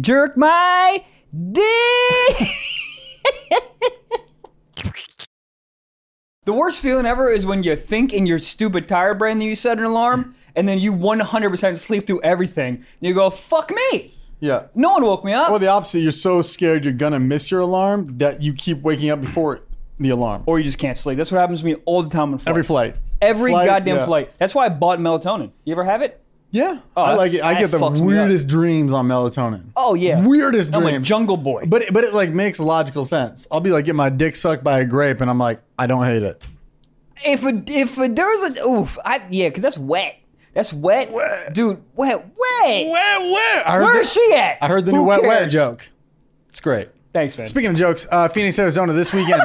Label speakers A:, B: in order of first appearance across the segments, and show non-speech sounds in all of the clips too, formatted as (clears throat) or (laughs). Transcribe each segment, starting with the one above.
A: jerk my dick. the worst feeling ever is when you think in your stupid tire brain that you set an alarm, and then you 100% sleep through everything. And you go, fuck me.
B: Yeah.
A: No one woke me up.
B: Or the opposite, you're so scared you're gonna miss your alarm that you keep waking up before the alarm.
A: or you just can't sleep. That's what happens to me all the time on flights.
B: Every flight.
A: Every
B: Flight,
A: goddamn
B: yeah.
A: flight. That's why I bought melatonin. You ever have it?
B: Yeah. I
A: that-
B: like it. I
A: that
B: get the
A: fucks me up.
B: weirdest dreams on melatonin.
A: Oh yeah.
B: Weirdest
A: I'm a
B: dreams.
A: jungle boy.
B: But it, but it like makes logical sense. I'll be like get my dick sucked by a grape and I'm like I don't hate it.
A: if a, if a, there was a oof, I yeah, cause that's wet. That's wet,
B: Wet.
A: dude. Wet, wet.
B: I heard
A: Eh. Where
B: the,
A: is she at?
B: I heard the
A: Who
B: new wet wet
A: cares?
B: joke. It's great.
A: Thanks, man.
B: Speaking of jokes, uh, Phoenix, Arizona
A: (laughs)
B: this weekend.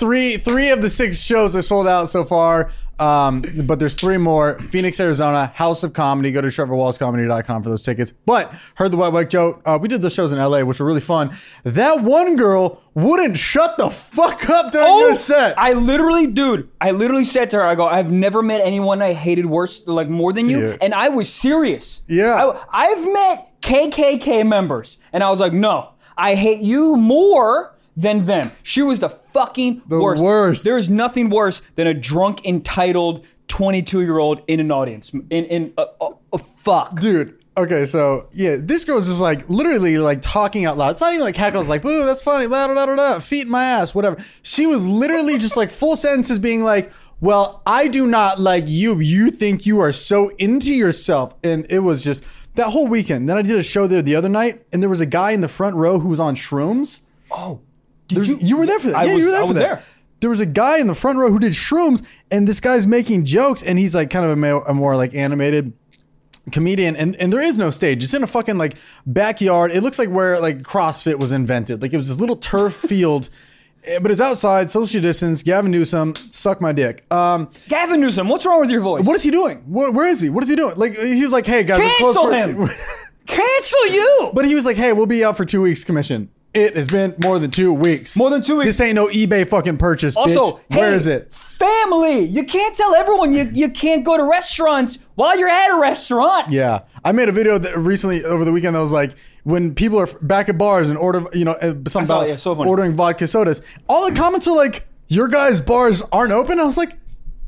B: three three of the six shows are sold out so far. Um, but there's three more. Phoenix, Arizona, House of Comedy. Go to trevorwallscomedy.com for those tickets. But heard the Wet Wet joke. Uh, we did those shows in LA, which were really fun. That one girl wouldn't shut the fuck up during
A: Oh,
B: your set.
A: I literally, dude, I literally said to her, I go, I've never met anyone I hated worse, like more than you.
B: Dude.
A: And I was serious.
B: Yeah.
A: I, have met KKK members. And I was like, no, I hate you more than them. She was the fucking the worst.
B: worst.
A: There is nothing worse than a drunk, entitled 22 year old in an audience. In, in, uh, uh, uh, fuck.
B: dude. Okay, so yeah, this girl's just like literally like talking out loud. It's not even like heckles, like "Ooh, that's funny," blah, blah, blah, blah, feet in my ass, whatever. She was literally just like full sentences, being like, "Well, I do not like you. You think you are so into yourself," and it was just that whole weekend. Then I did a show there the other night, and there was a guy in the front row who was on shrooms. There's, you, were there for that.
A: I
B: yeah,
A: was-
B: you were there
A: I
B: for
A: was
B: that.
A: there.
B: There was a guy in the front row who did shrooms, and this guy's making jokes, and he's like kind of a, ma- a more like animated comedian, and, and there is no stage. It's in a fucking like backyard. It looks like where like CrossFit was invented. Like it was this
A: (laughs)
B: little turf field, eh, but it's outside, social distance. Gavin Newsom, suck my dick. Um,
A: Gavin Newsom, what's wrong with your voice?
B: what is he doing? Where, where is he? What is he doing? Like he was like, hey guys, we're close
A: Cancel
B: for- (laughs)
A: him. Cancel you.
B: But he was like, hey, we'll be out for two weeks, commission. It has been more than two weeks.
A: More than two weeks.
B: This ain't no eBay fucking purchase.
A: Also,
B: bitch. where
A: hey,
B: is it?
A: Family. You can't tell everyone you, you can't go to restaurants while you're at a restaurant.
B: Yeah, I made a video that recently over the weekend that was like when people are back at bars and order, you know, uh, something
A: saw
B: about
A: it, yeah, so funny.
B: ordering vodka sodas. All the comments are like, "Your guys' bars aren't open." I was like,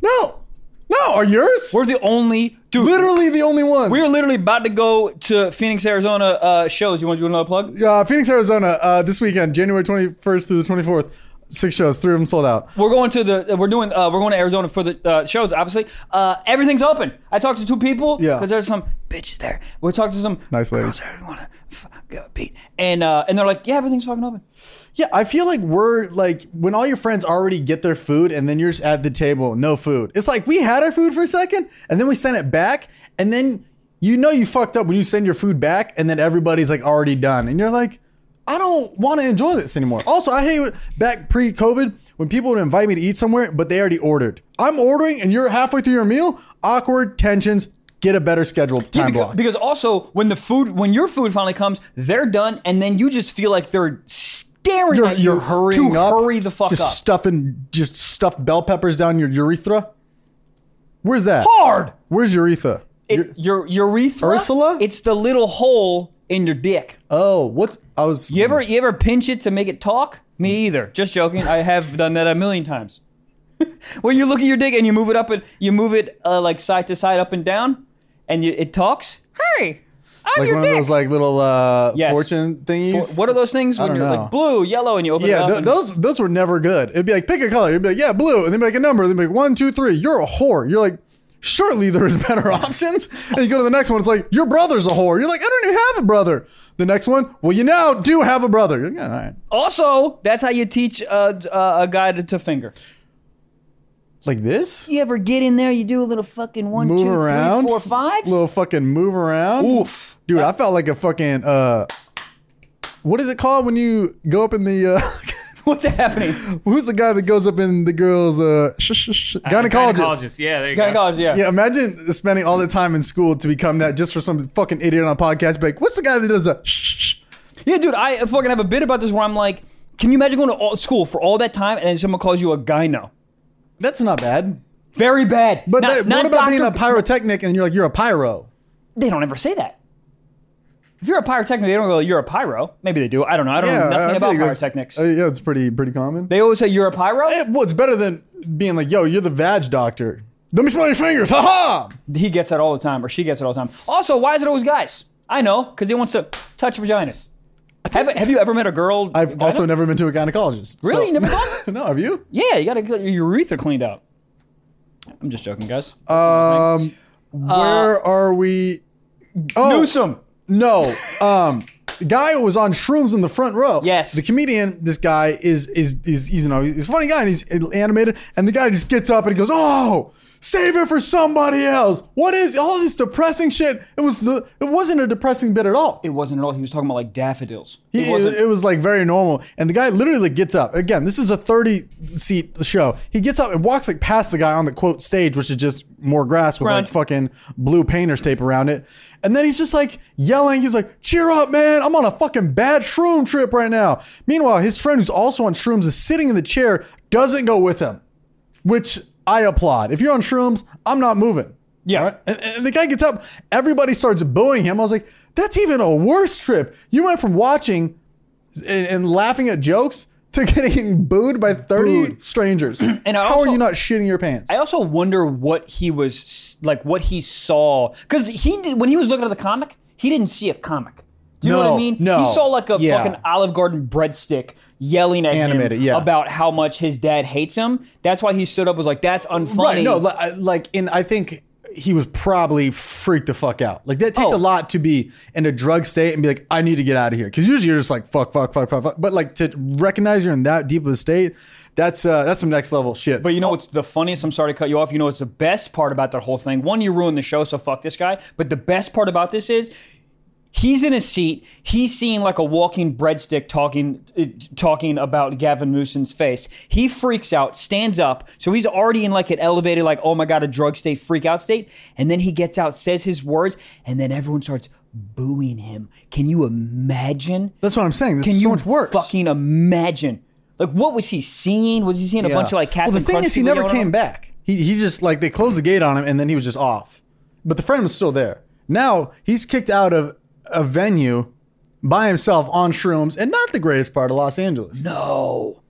B: "No, no, are yours?"
A: We're the only dude.
B: literally the only ones.
A: We're literally about to go to Phoenix, Arizona uh, shows. You want to do another plug?
B: uh, Phoenix, Arizona, uh, this weekend, January twenty first through the twenty fourth. Six shows, three of them sold out.
A: We're going to the. We're doing. Uh, we're going to Arizona for the uh, shows. Obviously, uh, everything's open. I talked to two people.
B: Yeah.
A: Because there's some bitches there. We talked to some
B: Nice
A: girls
B: ladies.
A: there who wanna fuck, uh, beat. And uh, and they're like, yeah, everything's fucking open.
B: Yeah, I feel like we're like when all your friends already get their food and then you're just at the table, no food. It's like we had our food for a second and then we sent it back and then you know you fucked up when you send your food back and then everybody's like already done and you're like, I don't want to enjoy this anymore. Also, I hate when- back pre-COVID when people would invite me to eat somewhere but they already ordered. I'm ordering and you're halfway through your meal. Awkward tensions. Get a better scheduled
A: Yeah,
B: time
A: because,
B: block.
A: because also when the food when your food finally comes, they're done, and then you just feel like they're staring
B: you're,
A: at you
B: you're hurrying
A: to
B: up.
A: hurry the fuck
B: just
A: up.
B: stuffing, just stuffed bell peppers down your urethra. Where's that?
A: Hard.
B: Where's urethra?
A: It, your urethra.
B: Ursula?
A: It's the little hole in your dick.
B: oh, what? I was.
A: You ever you ever pinch it to make it talk?
B: Mm.
A: Me either. Just joking. I have done that a million times. (laughs) when you look at your dick and you move it up and you move it uh, like side to side, up and down, and you, it talks. Hey, I'm
B: like
A: your
B: one
A: dick.
B: of those like little uh,
A: Yes.
B: fortune thingies.
A: what are those things
B: I
A: when
B: don't
A: you're
B: know.
A: like blue, yellow, and you open it
B: Yeah,
A: up?
B: th-
A: and-
B: those those were never good. It'd be like pick a color. It'd be like yeah, blue, and then make a number. Then make one, two, three. You're a whore. You're like. Surely there is (laughs) better options. And you go to the next one. It's like your brother's a whore. You're like I don't even have a brother. The next one, well, you now do have a brother. You're like, yeah, all right.
A: Also, that's how you teach uh, uh, a guy to, to finger.
B: Like this.
A: You ever get in there? You do a little fucking one, two,
B: move
A: three, four, five.
B: around, little fucking move around.
A: Oof. (laughs)
B: dude, I felt like a fucking uh, what is it called when you go up in the uh, (laughs)
A: What's happening?
B: who's the guy that goes up in the girl's uh, sh- sh- sh- gynecologist?
C: Yeah, there you
A: Thank
C: go.
A: God, yeah.
B: Yeah, imagine spending all the time in school to become that just for some fucking idiot on a podcast. Be like, what's the guy that does that? Shh, shh, shh?"
A: Yeah, dude, I fucking have a bit about this where I'm like, can you imagine going to all, school for all that time and then someone calls you a gyno?
B: That's not bad.
A: Very bad.
B: But
A: Not-
B: that-
A: not
B: what about being a
A: doctor-
B: pyrotechnic and you're like, you're a pyro?
A: They don't ever say that. If you're a pyrotechnic, they don't go, you're a pyro. Maybe they do. I don't know. I don't know nothing
B: I feel
A: about
B: like that's-
A: pyrotechnics.
B: uh, yeah, it's pretty pretty common.
A: they always say you're a pyro.
B: Eh, well, it's better than being like, "Yo, you're the vag doctor." Let me smell your fingers. Ha ha.
A: He gets that all the time, or she gets it all the time. Also, why is it always guys? I know, because he wants to touch vaginas. Have, have you ever met a girl?
B: I've
A: gyne-
B: also never been to a gynecologist.
A: Really? You
B: So.
A: never gone?
B: (laughs) no, have you?
A: yeah, you got to get your urethra cleaned out. I'm just joking, guys.
B: Um, where
A: Uh,
B: are we? Oh
A: Newsom.
B: no, um, the guy who was on shrooms in the front row.
A: Yes.
B: the comedian. This guy is is is he's you know he's a funny guy and he's animated. And the guy just gets up and he goes, "Oh, save it for somebody else." What is all this depressing shit? It was the it wasn't a depressing bit at all.
A: It wasn't at all. He was talking about like daffodils.
B: He-
A: It wasn't.
B: it was like very normal. And the guy literally like gets up. Again, this is a 30 seat show. He gets up and walks like past the guy on the quote stage, which is just more grass with
A: Grunt.
B: like fucking blue painter's tape around it. And then he's just like yelling. He's like, cheer up, man. I'm on a fucking bad shroom trip right now. Meanwhile, his friend who's also on shrooms is sitting in the chair, doesn't go with him, which I applaud. If you're on shrooms, I'm not moving.
A: Yeah.
B: All right? And, and the guy gets up. Everybody starts booing him. I was like, that's even a worse trip. You went from watching and, and laughing at jokes to (laughs) getting booed by
A: (clears throat)
B: 30 strangers. And
A: I
B: How
A: also-
B: are you not shitting your pants?
A: I also wonder what he was like, what he saw, because he did, when he was looking at the comic, he didn't see a comic. Do you know what
B: No,
A: I mean?
B: no,
A: he saw like a
B: yeah.
A: fucking Olive Garden breadstick yelling at
B: Animated,
A: him
B: yeah.
A: about how much his dad hates him. That's why he stood up and was like, "That's unfunny."
B: right. No, li- I- like, and I think he was probably freaked the fuck out. Like, that takes
A: Oh.
B: a lot to be in a drug state and be like, I need to get out of here. Cause usually you're just like, fuck, fuck, fuck, fuck, fuck. But like, to recognize you're in that deep of a state, that's uh, that's some next level shit.
A: But you know what's the funniest? I'm sorry to cut you off. You know what's the best part about that whole thing? One, you ruined the show, so fuck this guy. But the best part about this is he's in a seat. He's seeing like a walking breadstick talking uh, talking about Gavin Newsom's face. He freaks out, stands up. So he's already in like an elevated, like, oh my God, a drug state, freak out state. And then he gets out, says his words, and then everyone starts booing him. Can you imagine?
B: that's what I'm saying. This is so
A: you
B: much worse.
A: Fucking imagine. Like, what was he seeing? Was he seeing a bunch of like
B: Yeah.
A: Captain
B: Well, the thing
A: Crunch
B: is, he
A: people
B: never
A: yelling at him?
B: came back. He he just like they closed the gate on him, and then he was just off. But the friend was still there. Now he's kicked out of a venue by himself on shrooms, and not the greatest part of Los Angeles.
A: No.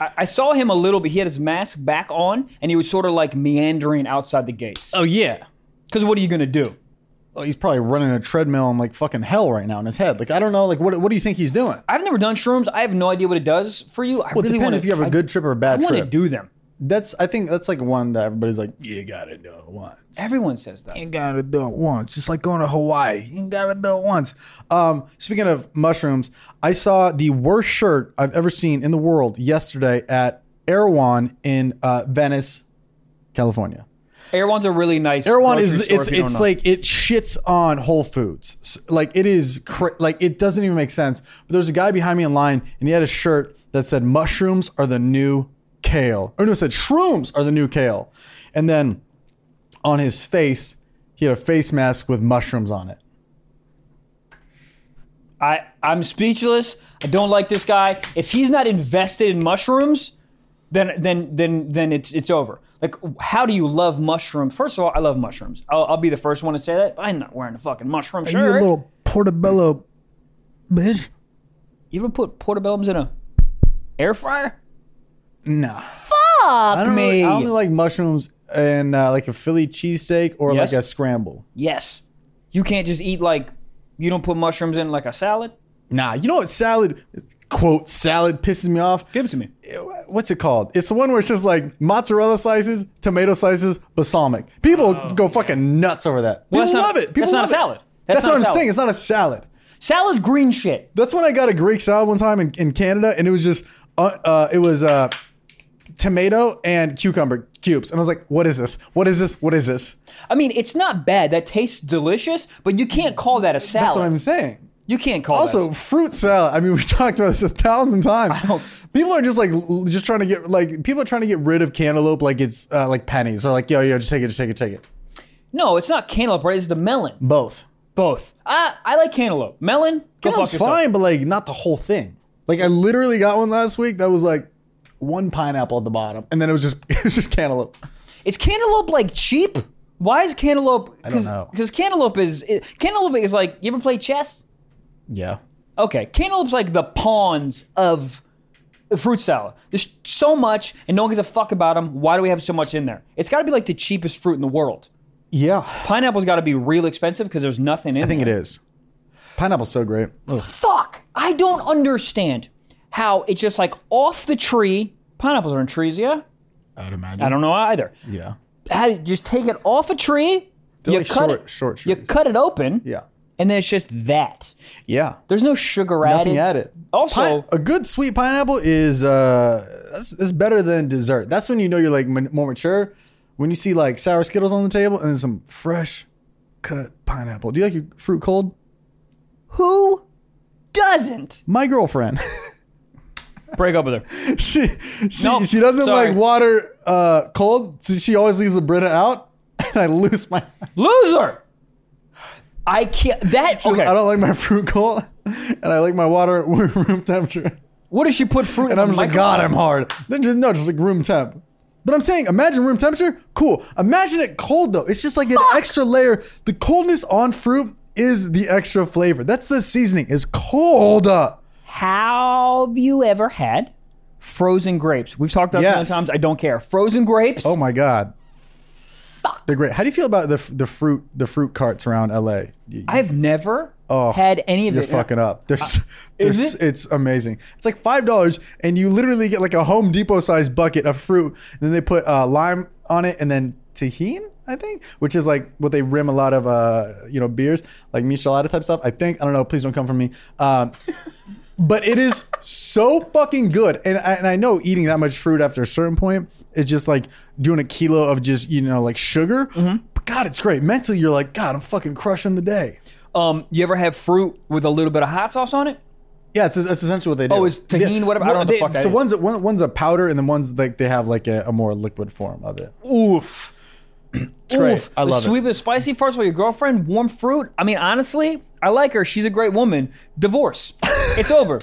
A: I, I saw him a little bit. He had his mask back on and he was sort of like meandering outside the gates.
B: Oh yeah.
A: Because what are you going to do?
B: Oh, he's probably running a treadmill in like fucking hell right now in his head. Like I don't know. Like what what do you think he's doing?
A: I've never done shrooms. I have no idea what it does for you. I
B: Well, it
A: really
B: depends
A: want
B: if you have a good trip or a bad
A: I want to
B: trip.
A: do them.
B: that's I think that's like one that everybody's like, you gotta do it once.
A: Everyone says that.
B: ain't gotta do it once. Just like going to Hawaii, you ain't gotta do it once. Um, speaking of mushrooms, I saw the worst shirt I've ever seen in the world yesterday at Erewhon in uh, Venice, California.
A: Erewhon's a really nice.
B: Erewhon
A: grocery
B: is
A: store
B: it's
A: if you don't
B: it's
A: know.
B: like it shits on Whole Foods. S- Like it is cra- like it doesn't even make sense. But there's a guy behind me in line and he had a shirt that said mushrooms are the new kale. Or no, it said shrooms are the new kale. And then on his face, he had a face mask with mushrooms on it.
A: I I'm speechless. I don't like this guy. If he's not invested in mushrooms, then then then then it's it's over. Like, how do you love mushrooms? First of all, I love mushrooms. I'll, I'll be the first one to say that. But I'm not wearing a fucking mushroom shirt.
B: You little portobello bitch.
A: You ever put portobellums in a air fryer?
B: Nah. I
A: Fuck
B: don't
A: me.
B: really, I only like mushrooms and uh, like a Philly cheesesteak or
A: Yes.
B: like a scramble.
A: yes. You can't just eat like you don't put mushrooms in like a salad.
B: Nah, you know what salad quote salad pisses me off?
A: Give it to me.
B: what's it called? It's the one where it's just like mozzarella slices, tomato slices, balsamic. People go fucking nuts over that.
A: Oh,
B: People
A: Well, that's
B: love
A: not-
B: it. People
A: that's not a
B: love it.
A: salad. That's
B: That's,
A: not
B: what
A: a
B: I'm
A: salad.
B: saying. It's not a salad.
A: Salad's green shit.
B: That's when I got a Greek salad one time in, in Canada, and it was just uh, uh, it was uh, tomato and cucumber cubes, and I was like, "What is this? What is this? What is this?"
A: I mean, it's not bad. That tastes delicious, but you can't call that a salad.
B: That's what I'm saying.
A: you can't call that.
B: Also, fruit salad. I mean, (laughs) we talked about this a thousand times. People are just like l- just trying to get like people are trying to get rid of cantaloupe like it's uh, like pennies. They're like, yo, yo, just take it, just take it, take it.
A: No, it's not cantaloupe, right? It's the melon.
B: Both.
A: Both. I, I like cantaloupe. Melon, go
B: Cantaloupe's
A: fuck yourself.
B: fine, but like not the whole thing. Like I literally got one last week that was like one pineapple at the bottom, and then it was just (laughs) it was just cantaloupe.
A: Is cantaloupe like cheap? Why is cantaloupe? I
B: don't know.
A: Because cantaloupe is it, cantaloupe is like you ever play chess?
B: Yeah.
A: Okay, cantaloupe's like the pawns of the fruit salad. There's so much, and no one gives a fuck about them. Why do we have so much in there? It's got to be like the cheapest fruit in the world.
B: Yeah.
A: Pineapple's got to be real expensive because there's nothing in.
B: I think it is. Pineapple's so great. Ugh.
A: Fuck! I don't understand how it's just like off the tree. Pineapples are in trees, yeah.
B: I'd imagine.
A: I don't know either.
B: Yeah.
A: How do you just take it off a tree?
B: They're
A: you
B: like
A: cut
B: short,
A: it.
B: short
A: You
B: trees.
A: cut it open,
B: yeah.
A: and then it's just that.
B: Yeah.
A: There's no sugar
B: Nothing
A: added.
B: added.
A: Also-
B: a good sweet pineapple is uh, that's, that's better than dessert. That's when you know you're like ma- more mature. When you see like sour Skittles on the table and then some fresh cut pineapple. Do you like your fruit cold?
A: Who doesn't
B: My girlfriend. (laughs)
A: break up with her?
B: she she,
A: Nope,
B: she doesn't
A: sorry.
B: like water uh, cold, so she always leaves the Brita out, (laughs) and I lose my. (laughs)
A: Loser. I can't. That okay.
B: I don't like my fruit cold, (laughs) and I like my water (laughs) room temperature.
A: What does she put fruit?
B: And I'm just like, God, I'm hard. Then just no, just like room temp. But I'm saying, imagine room temperature, cool. Imagine it cold though. It's just like an extra layer. The coldness on fruit is the extra flavor. That's the seasoning. It's cold. Oh
A: Have you ever had frozen grapes? We've talked about
B: Yes.
A: this many times. I don't care. Frozen grapes.
B: Oh my God.
A: Fuck.
B: They're great. How do you feel about the the fruit the fruit carts around LA? You-
A: I've never
B: Oh,
A: had any of
B: You're
A: it.
B: fucking up. There's, there's,
A: is it?
B: It's amazing. It's like five dollars, and you literally get like a Home Depot sized bucket of fruit. And then they put uh, lime on it, and then tahine, I think, which is like what they rim a lot of, uh, you know, beers like Michelada type stuff. I think I don't know. Please don't come from me. Um, but it is so fucking good, and I, and I know eating that much fruit after a certain point is just like doing a kilo of just you know like sugar.
A: Mm-hmm.
B: But God, it's great. Mentally, you're like, God, I'm fucking crushing the day.
A: Um, you ever have fruit with a little bit of hot sauce on it?
B: Yeah, it's, it's essentially what they do.
A: Oh, it's tahini, whatever? I don't know what the
B: they-
A: fuck that
B: So
A: is.
B: one's a, one, one's a powder, and then one's like they have like a, a more liquid form of it.
A: Oof. It's
B: great.
A: Oof.
B: I love it.
A: the sweet but spicy first of all, your girlfriend, warm fruit. I mean, honestly, I like her. She's a great woman.
B: (laughs)
A: Divorce. it's over.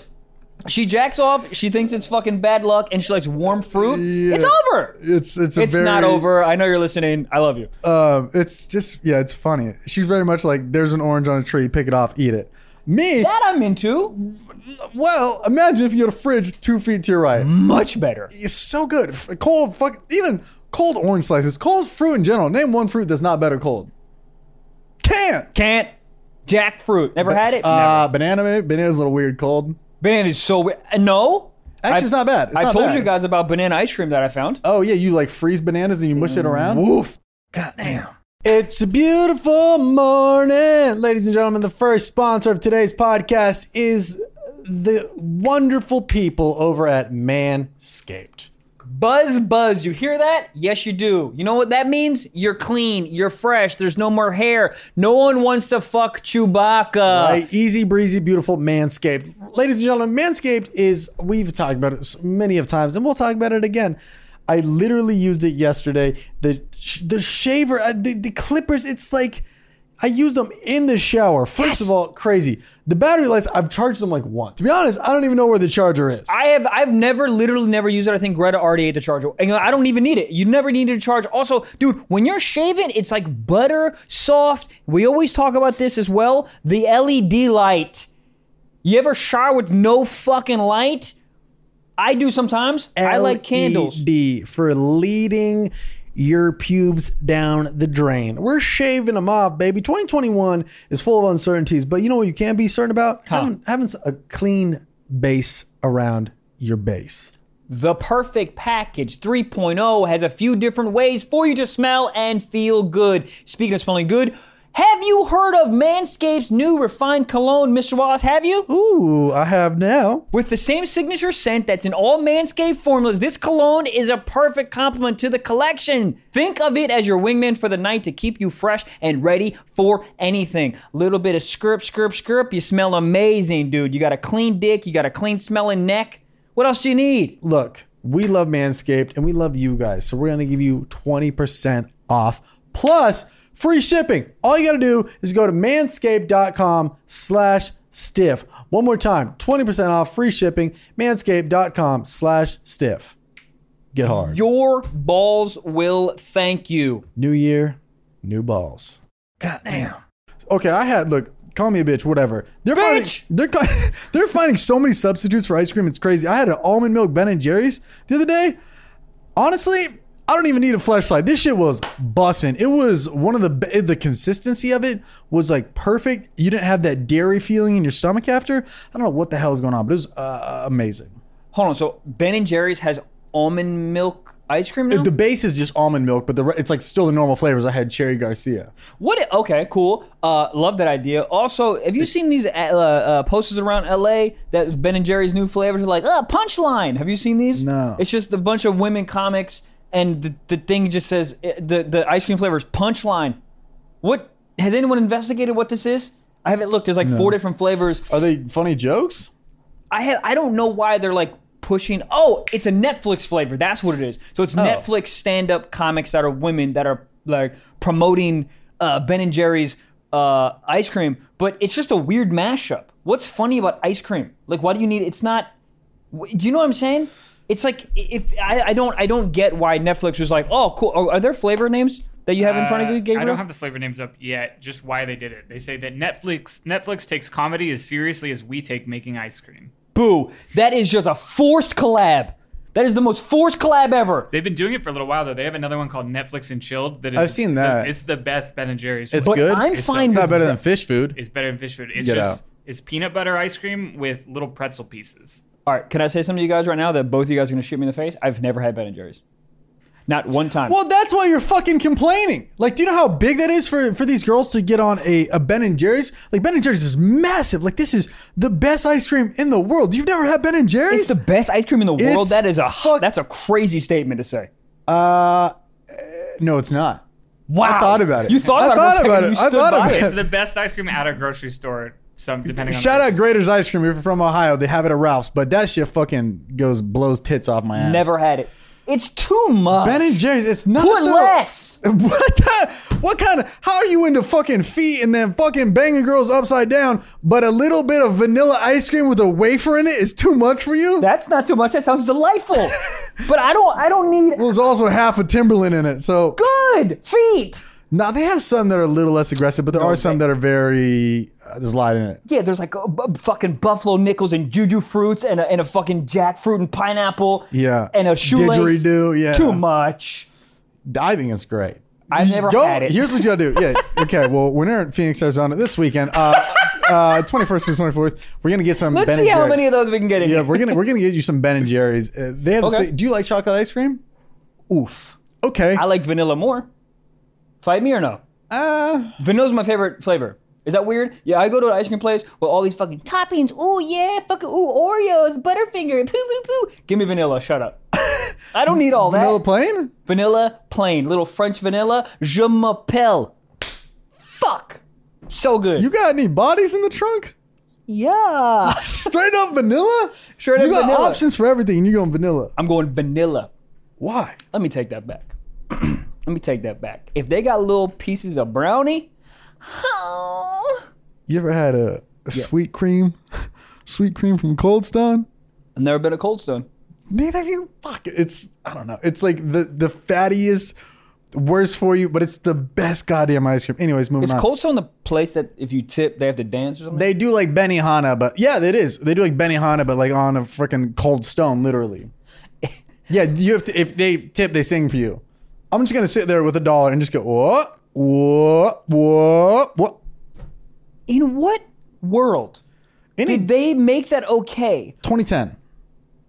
A: She jacks off. She thinks it's fucking bad luck, and she likes warm fruit.
B: Yeah.
A: It's over.
B: It's it's a
A: It's
B: very,
A: not over. I know you're listening. I love you.
B: Um, it's just yeah, it's funny. She's very much like there's an orange on a tree, pick it off, eat it. Me,
A: that I'm into.
B: well, imagine if you had a fridge two feet to your right.
A: Much better.
B: It's so good. F- Cold, fuck, even cold orange slices, cold fruit in general. Name one fruit that's not better cold. Can't.
A: Can't. Jackfruit. Never had it? Never.
B: Uh, banana, maybe. Banana's a little weird cold.
A: Banana is so weird. Uh, No.
B: Actually,
A: I-
B: it's not bad. It's
A: I
B: not
A: told
B: bad.
A: you guys about banana ice cream that I found.
B: Oh yeah, you like freeze bananas and you mush it around.
A: Woof.
B: God Mm, damn. It's a beautiful morning, ladies and gentlemen. The first sponsor of today's podcast is the wonderful people over at Manscaped.
A: Buzz, buzz. You hear that? Yes, you do. You know what that means? You're clean. You're fresh. There's no more hair. No one wants to fuck Chewbacca.
B: Right? Easy breezy, beautiful Manscaped. Ladies and gentlemen, Manscaped is, we've talked about it s- many of times and we'll talk about it again. I literally used it yesterday. The sh- the shaver, uh, the, the clippers, it's like I used them in the shower. First of all, crazy. The battery lights, I've charged them like one. To be honest, I don't even know where the charger is.
A: I have I've never literally never used it. I think Greta already ate the charger. And I don't even need it. You never needed a charge. Also, dude, when you're shaving, it's like butter soft. We always talk about this as well. The LED light. You ever shower with no fucking light? I do sometimes. I
B: E
A: like candles.
B: LED for leading your pubes down the drain. We're shaving them off, baby. 2021 is full of uncertainties, but you know what you can be certain about? Having, having a clean base around your base.
A: The Perfect Package 3.0 has a few different ways for you to smell and feel good. Speaking of smelling good, have you heard of Manscaped's new refined cologne, Mr. Wallace? Have you?
B: Ooh, I have now.
A: With the same signature scent that's in all Manscaped formulas, this cologne is a perfect complement to the collection. Think of it as your wingman for the night to keep you fresh and ready for anything. Little bit of scurp, scurp, scurp. You smell amazing, dude. You got a clean dick. You got a clean smelling neck. What else do you need?
B: Look, we love Manscaped and we love you guys. So we're going to give you 20% off plus free shipping. All you got to do is go to manscaped.com slash stiff. One more time, 20% off free shipping, manscaped.com slash stiff. Get hard.
A: Your balls will thank you.
B: New year, new balls.
A: Damn.
B: Okay, I had, look, call me a bitch, whatever. They're
A: Bitch!
B: finding they're ca- (laughs) they're finding so many substitutes for ice cream. It's crazy. I had an almond milk Ben and Jerry's the other day. Honestly, I don't even need a flashlight. This shit was bussing. It was one of the be- the consistency of it was like perfect. You didn't have that dairy feeling in your stomach after. I don't know what the hell is going on, but it was uh, amazing.
A: Hold on. So Ben and Jerry's has almond milk ice cream now.
B: The base is just almond milk, but the re- it's like still the normal flavors. I had cherry Garcia.
A: What? i- Okay, cool. Uh, love that idea. Also, have you seen these uh, uh, posters around LA that Ben and Jerry's new flavors are like, uh, punchline? Have you seen these?
B: No.
A: It's just a bunch of women comics, and the, the thing just says uh, the the ice cream flavor is punchline. What has anyone investigated what this is? I haven't looked. There's like four different flavors.
B: Are they funny jokes?
A: I have. I don't know why they're like pushing. Oh, it's a Netflix flavor. That's what it is. So
C: Oh.
A: it's Netflix stand-up comics that are women that are like promoting uh, Ben and Jerry's uh, ice cream. But it's just a weird mashup. What's funny about ice cream? Like, why do you need? It's not. w- Do you know what I'm saying? It's like if I, I don't I don't get why Netflix was like, oh, cool. Are, are there flavor names that you have in front of
C: Uh,
A: you, Gabriel?
C: I don't have the flavor names up yet. Just why they did it. They say that Netflix Netflix takes comedy as seriously as we take making ice cream.
A: Boo! That is just a forced collab. That is the most forced collab ever.
C: They've been doing it for a little while though. They have another one called Netflix and Chilled. That is
B: I've seen that.
C: The, it's the best Ben and Jerry's.
B: It's
A: But
B: good.
A: I'm
C: It's
A: fine.
C: not-
B: It's
A: with
B: not better
A: (laughs)
B: than fish food.
C: It's better than fish food. It's
B: Get
C: just
B: out.
C: it's peanut butter ice cream with little pretzel pieces.
A: All right, can I say something to you guys right now that both of you guys are going to shoot me in the face? I've never had Ben and Jerry's. Not one time.
B: Well, that's why you're fucking complaining. Like, do you know how big that is for, for these girls to get on a, a Ben and Jerry's? Like, Ben and Jerry's is massive. Like, this is the best ice cream in the world. You've never had Ben and
A: it's
B: Jerry's?
A: the best ice cream in the world.
B: It's
A: That is a
B: fuck-
A: that's a crazy statement to say.
B: uh, no, it's not.
A: Wow.
B: thought about it.
A: You thought
B: I
A: about
B: thought
A: it. for a
B: about
A: second,
B: it.
A: You
B: I
A: stood
B: thought
A: by
B: about
A: it.
C: It's the best ice cream at a grocery store. Some depending on
B: Shout out Grader's Ice Cream if you're from Ohio. They have it at Ralph's, but that shit fucking goes blows tits off my ass.
A: Never had it. It's too much.
B: Ben and Jerry's. It's not.
A: Put
B: the-
A: less.
B: (laughs) What? ti- What kind of? How are you into fucking feet and then fucking banging girls upside down? But a little bit of vanilla ice cream with a wafer in it is too much for you.
A: That's not too much. That sounds
B: (laughs)
A: delightful. but I don't I don't need
B: There's also half a Timberland in it. So
A: good feet.
B: now they have some that are a little less aggressive, but there are some that are very. Uh, there's a lot in it.
A: Yeah, there's like a, bu- fucking buffalo nickels and juju fruits and a, and a fucking jackfruit and pineapple.
B: Yeah.
A: And a shoelace.
B: Didgeridoo, yeah.
A: Too much.
B: I think it's great.
A: I've
B: You
A: never
B: go-
A: had it.
B: Here's what you
A: (laughs)
B: gotta do. Yeah. Okay. Well, we're in Phoenix, Arizona this weekend. Uh, uh, 21st through 24th. We're gonna get some.
A: Let's
B: ben
A: see
B: and
A: how
B: Jerry's.
A: many of those we can get in.
B: Yeah,
A: here.
B: we're gonna we're gonna get you some Ben and Jerry's. Uh, they have. the
A: Okay.
B: sa- do you like chocolate ice cream?
A: Oof.
B: Okay.
A: I like vanilla more. Fight me or no?
B: Uh,
A: Vanilla's my favorite flavor. Is that weird? Yeah, I go to an ice cream place with all these fucking toppings. Ooh, yeah, fucking ooh, Oreos, Butterfinger, poo poo poo. Give me vanilla. Shut
B: (laughs)
A: up. I don't need all that.
B: vanilla
A: Vanilla, plain,
B: plain.
A: little French vanilla. Je m'appelle. Fuck. So good.
B: You got any bodies in the trunk?
A: yeah.
B: Straight up vanilla.
A: Straight
B: you
A: up
B: got
A: vanilla.
B: options for everything. and You're going vanilla.
A: I'm going vanilla.
B: Why?
A: Let me take that back. (clears throat) Let me take that back. If they got little pieces of brownie,
B: You ever had a, a sweet cream? (laughs) Sweet cream from Cold Stone?
A: I've never been a cold stone.
B: Neither of you. Fuck. It's I don't know. It's like the the fattiest, worst for you, but it's the best goddamn ice cream. Anyways, moving
A: Is
B: on.
A: Cold Stone the place that if you tip they have to dance or something?
B: They do like Benihana, but yeah, it is. They do like Benihana, but like on a freaking cold stone, literally. yeah, you have to. If they tip, they sing for you. I'm just gonna sit there with a dollar and just go what, what, what, what.
A: In what world
B: Any
A: did they make that okay
B: 2010.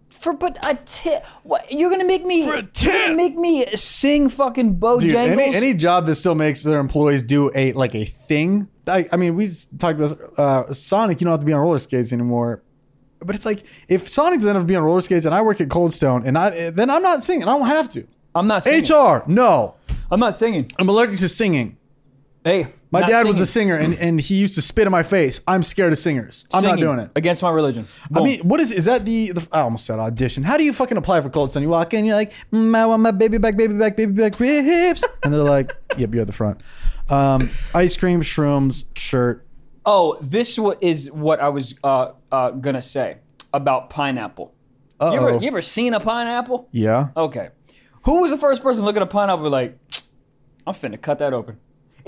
A: for but a tip? What you're gonna make me
B: For a
A: you're gonna
B: tip!
A: make me sing fucking
B: Dude,
A: Bojangles?
B: any, any job that still makes their employees do a like a thing. I, I mean, we s- talked about uh, Sonic. You don't have to be on roller skates anymore. But it's like if Sonic doesn't have to be on roller skates, and I work at Cold Stone, and I then I'm not singing. I don't have to.
A: I'm not singing.
B: HR, no.
A: I'm not singing.
B: I'm allergic to singing.
A: Hey,
B: My
A: not
B: dad was a
A: singing.
B: singer, and, and he used to spit in my face. I'm scared of singers. I'm
A: Singing
B: not doing it.
A: against my religion.
B: I
A: Boom.
B: mean, what is is that the, the I almost said audition? How do you fucking apply for Cold Stone? You walk in, you're like, mm, I want my baby back, baby back, baby back ribs, (laughs) and they're like, Yep, you're at the front. Um, ice cream, shrooms, shirt.
A: oh, this wa- is what I was uh, uh, gonna say about pineapple. You ever,
B: Uh-oh.
A: you ever seen a pineapple?
B: Yeah.
A: Okay. Who was the first person to look at a pineapple and be like, I'm finna cut that open?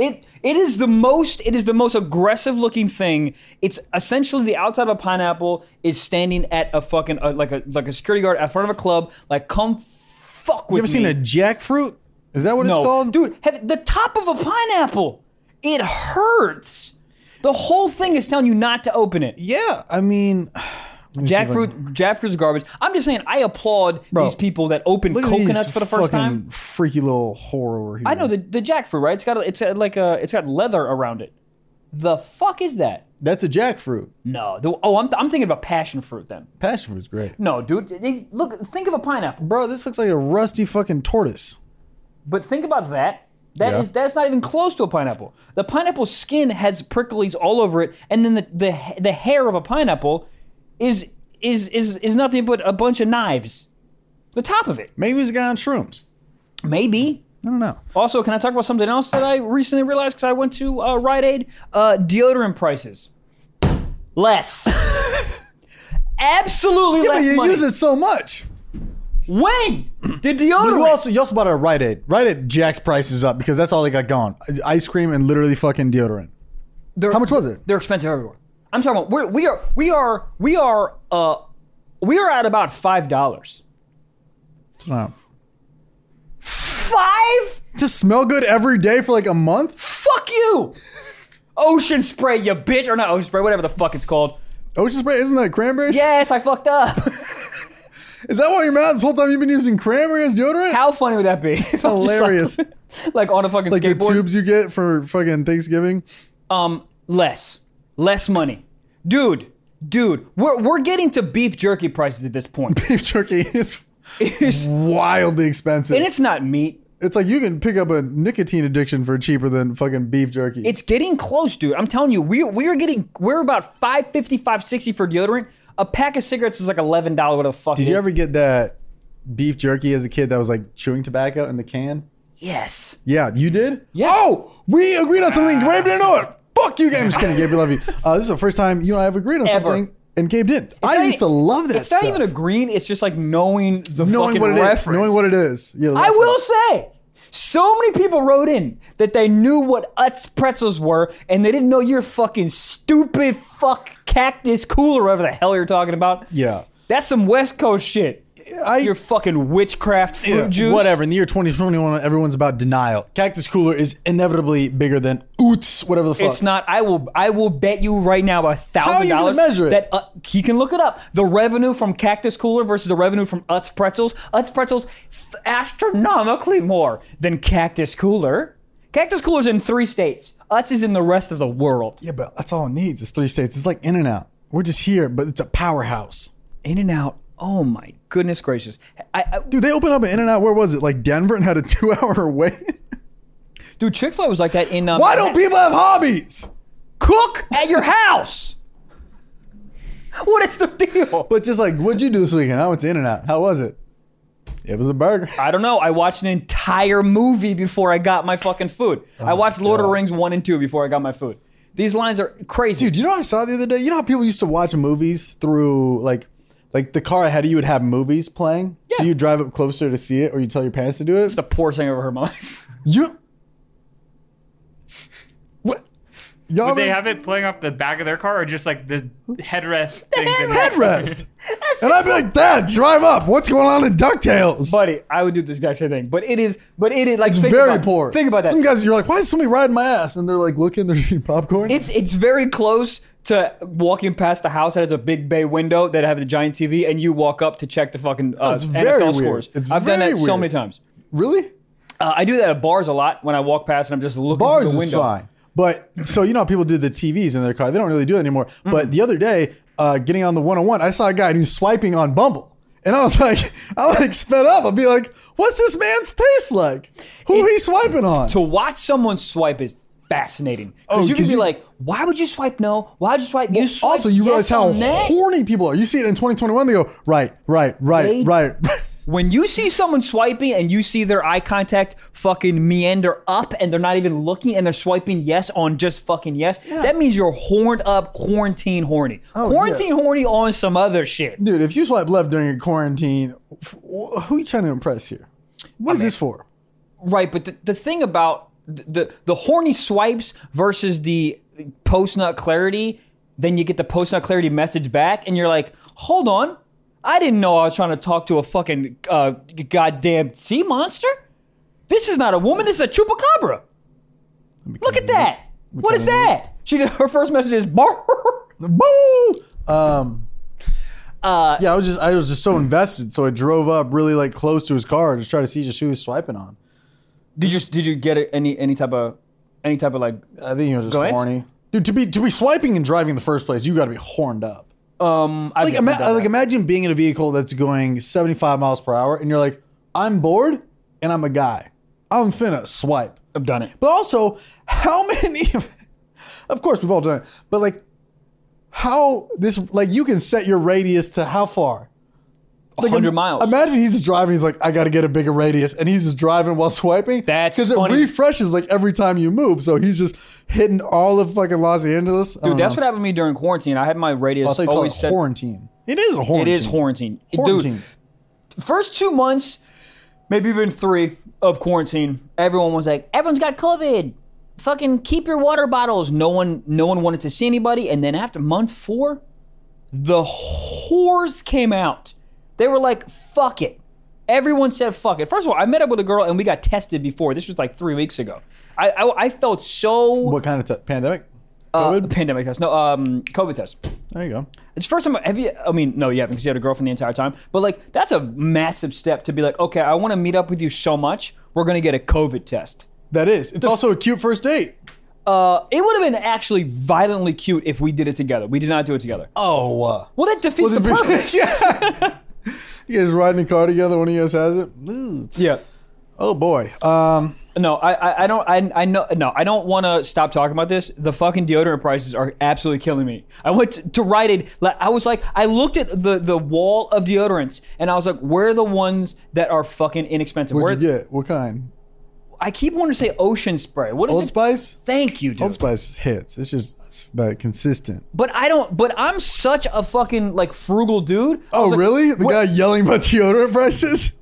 A: It it is the most it is the most aggressive looking thing. It's essentially the outside of a pineapple is standing at a fucking uh, like a like a security guard out front of a club. Like come fuck with
B: You ever
A: me.
B: seen a jackfruit? Is that what
A: no.
B: it's called?
A: dude? Have, the top of a pineapple. It hurts. The whole thing is telling you not to open it.
B: Yeah, I mean, (sighs) let me see if I can-
A: Jackfruit, jackfruit's garbage. I'm just saying, I applaud
B: Bro,
A: these people that open
B: Look at these
A: coconuts for the first
B: fucking
A: time.
B: Freaky little horror over here.
A: I know the the jackfruit, right? It's got a, it's a, like a it's got leather around it. The fuck is that?
B: That's a jackfruit.
A: No, the, oh, I'm I'm thinking of a passion fruit then.
B: Passion fruit's great.
A: No, dude, they- look, think of a pineapple,
B: Bro, this looks like a rusty fucking tortoise.
A: but think about that. That is
B: Yeah.
A: that's not even close to a pineapple. The pineapple skin has pricklies all over it, and then the the ha- the hair of a pineapple is is is is nothing but a bunch of knives. The top of it,
B: Maybe it's a guy on shrooms.
A: maybe.
B: I don't know.
A: Also, can I talk about something else that I recently realized because I went to uh, Rite Aid? Uh, deodorant prices.
B: (laughs)
A: Less. Absolutely
B: Yeah, but
A: less
B: you
A: money.
B: use it so much.
A: When
B: (clears throat)
A: did
B: You
A: deodorant?
B: also, you also bought a Rite Aid. Rite Aid jacks prices up because that's all they got going. Ice cream and literally fucking deodorant.
A: They're-
B: How much was it?
A: They're expensive everywhere. I'm talking about we're, we are we are we are uh we are at about five dollars. Five?
B: To smell good every day for like a month?
A: Fuck you! Ocean spray, you bitch, or not ocean spray, whatever the fuck it's called.
B: Ocean spray, isn't that cranberries?
A: Yes, I fucked up. (laughs)
B: Is that why your mouth this whole time you've been using cranberry as deodorant?
A: How funny would that be? (laughs) If I was just, like-
B: Hilarious.
A: (laughs) Like, on a fucking
B: like the
A: skateboard.
B: tubes you get for fucking Thanksgiving? (laughs)
A: um less less money dude dude we're, we're getting to beef jerky prices at this point (laughs)
B: Beef jerky is
A: It's-
B: wildly expensive.
A: and it's not meat
B: It's like you can pick up a nicotine addiction for cheaper than fucking beef jerky.
A: it's getting close dude i'm telling you we, we are getting we're about 550 560 for deodorant a pack of cigarettes is like $11 what the fuck
B: Did
A: it
B: you
A: is.
B: ever get that beef jerky as a kid that was like chewing tobacco in the can?
A: yes
B: Yeah, you did?
A: Yeah.
B: Oh, we agreed on something. Gabe didn't know it. Fuck you, Gabe. I'm just kidding. Gabe, we love you. Uh, this is the first time you and I have agreed on
A: Ever.
B: something, and Gabe didn't. I
A: not
B: used
A: e-
B: to love that
A: it's
B: stuff.
A: not even agreeing it's just like knowing the
B: knowing
A: fucking
B: what it is.
A: reference
B: Knowing what it is. Yeah, the
A: I will
B: reference.
A: say, so many people wrote in that they knew what Utz pretzels were, and they didn't know your fucking stupid fuck cactus cool or whatever the hell you're talking about.
B: Yeah.
A: That's some West Coast shit.
B: I,
A: Your fucking witchcraft fruit
B: yeah,
A: juice.
B: Whatever. In the year 2021, everyone's about denial. Cactus Cooler is inevitably bigger than Oots, whatever the fuck.
A: It's not. I will. I will bet you right now a
B: are
A: thousand
B: you gonna
A: dollars
B: measure it?
A: that uh, he can look it up. The revenue from Cactus Cooler versus the revenue from Utz Pretzels. Utz Pretzels f- astronomically more than Cactus Cooler. Cactus Cooler's in three states. Utz is in the rest of the world.
B: Yeah, but that's all it needs. It's three states. It's like In and Out. We're just here, but it's a powerhouse.
A: In and out. Oh my goodness gracious. I, I,
B: Dude, they opened up an In and Out. Where was it? Like Denver, and had a (laughs) two-hour wait.
A: dude, Chick Fil A was like that in. Um,
B: Why don't people have hobbies?
A: cook at your house? What is the deal?
B: But just like, what'd you do this weekend? I went to In and Out. How was it? It was a burger.
A: I don't know. I watched an entire movie before I got my fucking food. I watched Lord of the
B: Oh God.
A: Rings 1 and 2 before I got my food. These lines are crazy.
B: Dude, you know what I saw the other day? You know how people used to watch movies through like, like the car ahead of you would have movies playing. So
A: Yeah.
B: you drive up closer to see it, or you tell your parents to do it.
A: it's the poorest thing I've ever heard in my (laughs) life.
B: You. What? Y'all
C: Would they
B: ever-
C: have it playing off the back of their car or just like the headrest
B: (laughs)
C: thing? (laughs)
B: headrest. and I'd be like, Dad, drive up. What's going on in Ducktales?
A: Buddy, I would do this exact same thing. But it is, but it is like, think
B: Very
A: about,
B: poor.
A: Think about that.
B: Some guys, you're like, why is somebody riding my ass? And they're like, looking, they're eating popcorn.
A: It's it's very close to walking past the house that has a big bay window that have the giant TV, and you walk up to check the fucking uh,
B: it's
A: NFL
B: very weird.
A: scores.
B: It's
A: I've done
B: very
A: that so
B: weird.
A: many times.
B: really?
A: Uh, I do that at bars a lot when I walk past and I'm just looking
B: Bars
A: through the
B: is
A: window.
B: fine. But so you know how people do the TVs in their car. They don't really do it anymore. But the other day, uh, getting on the 101, I saw a guy who's swiping on Bumble. And I was (laughs) like, I'm like sped up. I'd be like, what's this man's taste like? Who he swiping on?
A: to watch someone swipe is fascinating.
B: Oh,
A: Because you can
B: 'cause
A: be
B: you-
A: like, why would you swipe no? Why would you swipe? you swipe
B: also, you
A: yes
B: realize how
A: on that?"
B: horny people are. You see it in 2021. They go right, right,
A: They-
B: right, right. (laughs)
A: when you see someone swiping and you see their eye contact fucking meander up and they're not even looking and they're swiping yes on just fucking yes, that means you're horned up, quarantine horny,
B: Oh, yeah.
A: quarantine horny on some other shit.
B: Dude, if you swipe left during a quarantine, f- wh- who you trying to impress here? What is this for?
A: Right, but the, the thing about the the horny swipes versus the post nut clarity, then you get the post nut clarity message back, and you're like, hold on, I didn't know I was trying to talk to a fucking uh, goddamn sea monster. This is not a woman. This is a chupacabra. Look at that. What is that? She her first message is "Bark."
B: Boo! Um,
A: Uh,
B: yeah, I was just I was just so invested, so I drove up really like close to his car to try to see just who he was swiping on.
A: Did you did you get any any type of any type of like
B: I think he was just
A: Go ahead.
B: horny, dude. To be to be swiping and driving in the first place, you got to be horned up.
A: um I've
B: Like,
A: never
B: ima-
A: done
B: like
A: that.
B: imagine being in a vehicle that's going 75 miles per hour, and you're like, I'm bored, and I'm a guy. I'm finna swipe.
A: I've done it.
B: But also, how (laughs) many? of course, we've all done it. But like, how this? Like, you can set your radius to how far? Like,
A: 100
B: im-
A: miles.
B: Imagine he's just driving. He's like, I got to get a bigger radius, and he's just driving while (laughs) swiping.
A: That's
B: because it
A: funny.
B: refreshes like every time you move. So he's just hitting all of fucking Los Angeles.
A: Dude, that's what happened to me during quarantine. I had my radius
B: I thought Uh-huh. Oh, you call it
A: always set.
B: quarantine. It is a
A: It
B: quarantine.
A: is quarantine. It-
B: Quarantine.
A: Dude, first two months, maybe even three of quarantine, everyone was like, "Everyone's got COVID. Fucking keep your water bottles." No one, no one wanted to see anybody. And then after month four, the whores came out. They were like, "Fuck it." Everyone said, "Fuck it." First of all, I met up with a girl and we got tested before. This was like three weeks ago. I I, I felt so
B: What kind of te- pandemic?
A: uh,
B: COVID.
A: pandemic test. No, um, COVID test.
B: there you go.
A: It's the first time. Have you? I mean, no, you haven't because you had a girlfriend the entire time. But like, that's a massive step to be like, okay, I want to meet up with you so much, we're gonna get a COVID test.
B: That is. It's also a cute first date.
A: Uh, it would have been actually violently cute if we did it together. We did not do it together.
B: Oh. Uh,
A: Well, that defeats the
B: it for- (laughs)
A: purpose. yeah. (laughs)
B: You guys riding a car together? One of you guys has it. Ooh. Oh boy. Um.
A: No, I, I, I don't, I, I know, no, I don't want to stop talking about this. The fucking deodorant prices are absolutely killing me. I went to, to Rite Aid. like, I was like, I looked at the the wall of deodorants, and I was like, where are the ones that are fucking inexpensive? Where,
B: What'd you get? What kind?
A: I keep wanting to say Ocean Spray. What is
B: Old
A: it?
B: Spice.
A: Thank you, dude.
B: Old Spice hits. It's just it's not consistent.
A: But I don't. But I'm such a fucking like frugal dude. I
B: Oh
A: was like,
B: really? The
A: what-
B: guy yelling about deodorant prices.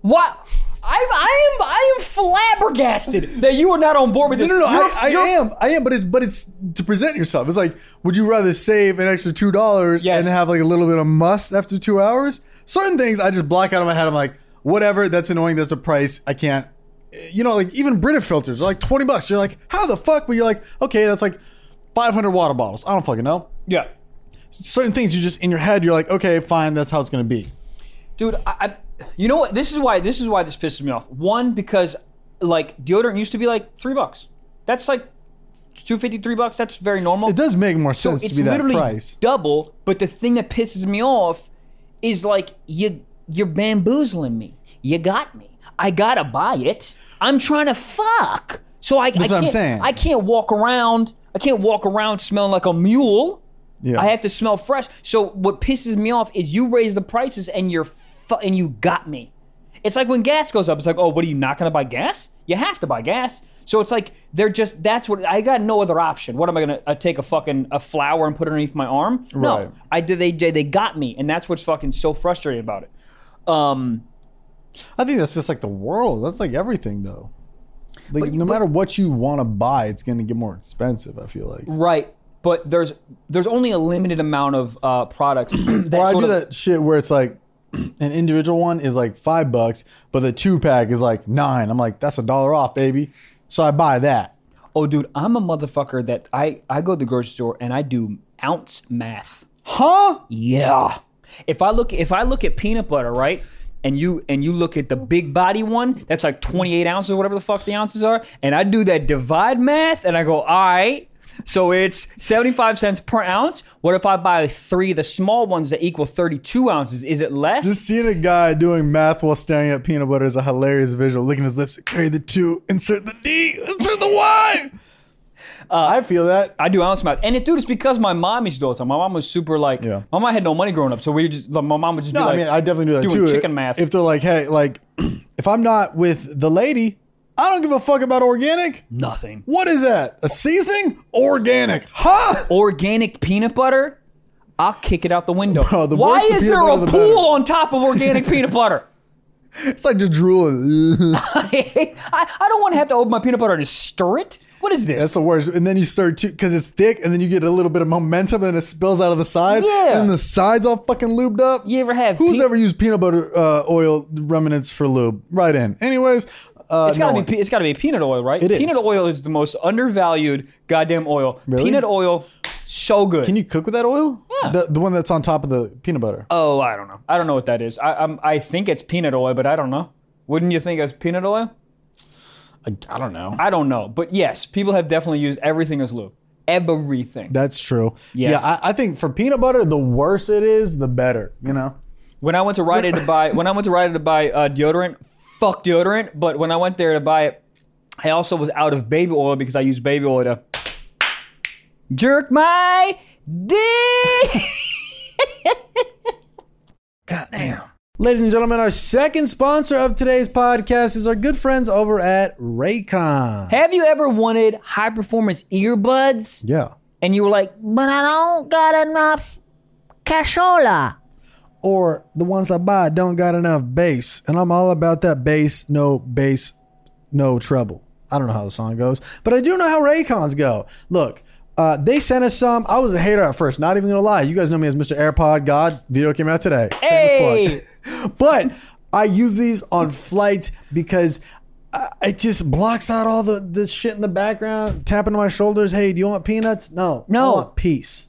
A: What? I I am I am flabbergasted that you are not on board with
B: No,
A: this.
B: no, no.
A: You're-
B: I, I
A: you're-
B: am. I am. But it's but it's to present yourself. It's like, would you rather save an extra two dollars
A: Yes.
B: and have like a little bit of must after two hours? Certain things I just block out of my head. I'm like, whatever. That's annoying. That's a price. I can't. eh, You know, like even Brita filters are like twenty bucks. You're like, how the fuck? But you're like, okay, that's like five hundred water bottles. I don't fucking know.
A: Yeah,
B: Certain things you just in your head. You're like, okay, fine. That's how it's gonna be.
A: dude. I, I. You know what? This is why. This is why this pisses me off. One because like deodorant used to be like three bucks. That's like two fifty three bucks. That's very normal.
B: It does make more sense
A: it's
B: to be that
A: literally
B: price.
A: double. But the thing that pisses me off is like you you're bamboozling me. You got me. I gotta buy it. I'm trying to fuck. So I, I
B: what I'm
A: can't.
B: saying.
A: I can't walk around. I can't walk around smelling like a mule.
B: Yeah.
A: I have to smell fresh. So what pisses me off is you raise the prices and you're fu- and you got me. It's like when gas goes up. It's like, oh, what are you not going to buy gas? You have to buy gas. So it's like they're just that's what I got no other option. What am I going to uh, take a fucking a flower and put it underneath my arm? No,
B: Right.
A: I did. They they got me, and that's what's fucking so frustrating about it. Um,
B: I think that's just like the world. That's like everything though. Like no matter what you want to buy, it's gonna get more expensive. I feel like.
A: right. But there's there's only a limited amount of uh, products. (clears throat) that
B: Or I
A: sort
B: do
A: of-
B: that shit where it's like (clears throat) an individual one is like five bucks, but the two pack is like nine. I'm like, that's a dollar off, baby. So I buy that.
A: Oh, dude, I'm a motherfucker that I I go to the grocery store and I do ounce math.
B: Huh?
A: Yeah. If I look if I look at peanut butter, right? And you and you look at the big body one, that's like 28 ounces, whatever the fuck the ounces are, and I do that divide math and I go, all right. So it's 75 cents per ounce. What if I buy three of the small ones that equal 32 ounces? Is it less?
B: Just seeing a guy doing math while staring at peanut butter is a hilarious visual. Licking his lips, carry the two, insert the D, insert the Y. I feel that.
A: I do ounce math. And it, dude, it's because my mom used to do it all the time. My mom was super like,
B: Yeah.
A: my mom had no money growing up. So we just, like, my mom would just
B: No,
A: be like,
B: I mean, I definitely do that
A: doing
B: too.
A: chicken math.
B: If they're like, hey, like, (clears throat) if I'm not with the lady, I don't give a fuck about organic.
A: nothing.
B: What is that? A seasoning? Organic. Huh? (laughs)
A: organic peanut butter, I'll kick it out the window.
B: Bro, the
A: Why
B: worse the
A: is
B: peanut
A: there a
B: butter, the
A: pool
B: better.
A: on top of organic peanut butter? (laughs)
B: It's like just drooling. (laughs)
A: I, I don't want to have to open my peanut butter and stir it. What is this?
B: That's the worst. And then you start to because it's thick, and then you get a little bit of momentum, and it spills out of the side.
A: Yeah.
B: And the sides all fucking lubed up.
A: you ever have?
B: Who's
A: pe-
B: ever used peanut butter uh, oil remnants for lube? Right in. Anyways, uh,
A: It's gotta
B: no one.
A: be. pe- It's gotta be peanut oil, right?
B: It is.
A: peanut oil is the most undervalued goddamn oil.
B: Really?
A: Peanut oil, so good.
B: Can you cook with that oil?
A: Yeah.
B: The, the one that's on top of the peanut butter.
A: oh, I don't know. I don't know what that is. I I'm, I think it's peanut oil, but I don't know. Wouldn't you think it's peanut oil?
B: I, I don't know.
A: I don't know. But yes, people have definitely used everything as lube. Everything.
B: That's true.
A: Yes.
B: Yeah, I, I think for peanut butter, the worse it is, the better. You know.
A: When I went to Rite Aid to buy, when I went to Rite Aid to buy uh, deodorant, fuck deodorant. But when I went there to buy it, I also was out of baby oil because I used baby oil to jerk my dick. (laughs)
B: Ladies and gentlemen, our second sponsor of today's podcast is our good friends over at Raycon.
A: Have you ever wanted high performance earbuds
B: Yeah.
A: and you were like, but I don't got enough cashola?
B: Or the ones I buy don't got enough bass, and I'm all about that bass, no bass, no trouble. I don't know how the song goes, but I do know how Raycons go. Look, uh, they sent us some. I was a hater at first, not even gonna lie. You guys know me as Mr. AirPod God. Video came out today. Shameless plug.
A: Hey!
B: (laughs) but I use these on flights because uh, it just blocks out all the, the shit in the background, tapping my shoulders. Hey, do you want peanuts? No.
A: No.
B: I want peace.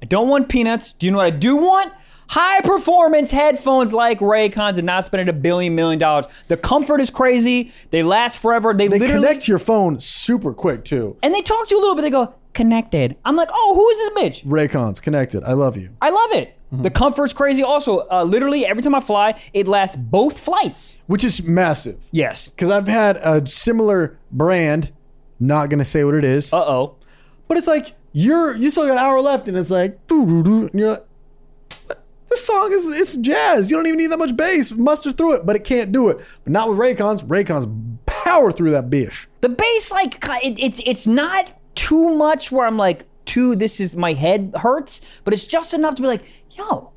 A: I don't want peanuts. Do you know what I do want? High performance headphones like Raycons and not spending a billion million dollars. The comfort is crazy. They last forever. They,
B: They
A: literally
B: connect to your phone super quick, too.
A: and they talk to you a little bit. They go connected. I'm like, oh, who is this bitch?
B: Raycons, connected. I love you.
A: I love it. The comfort's crazy. Also, uh, literally every time I fly, it lasts both flights.
B: Which is massive
A: Yes.
B: because I've had a similar brand, not going to say what it is,
A: Uh oh.
B: but it's like you're, you still got an hour left and it's like, doo-doo-doo, and you're like, this song is it's jazz. You don't even need that much bass. Muster through it, but it can't do it. But not with Raycons. Raycons power through that bitch.
A: the bass like ki- it, it's it's not too much where I'm like too this is my head hurts, but it's just enough to be like, yo,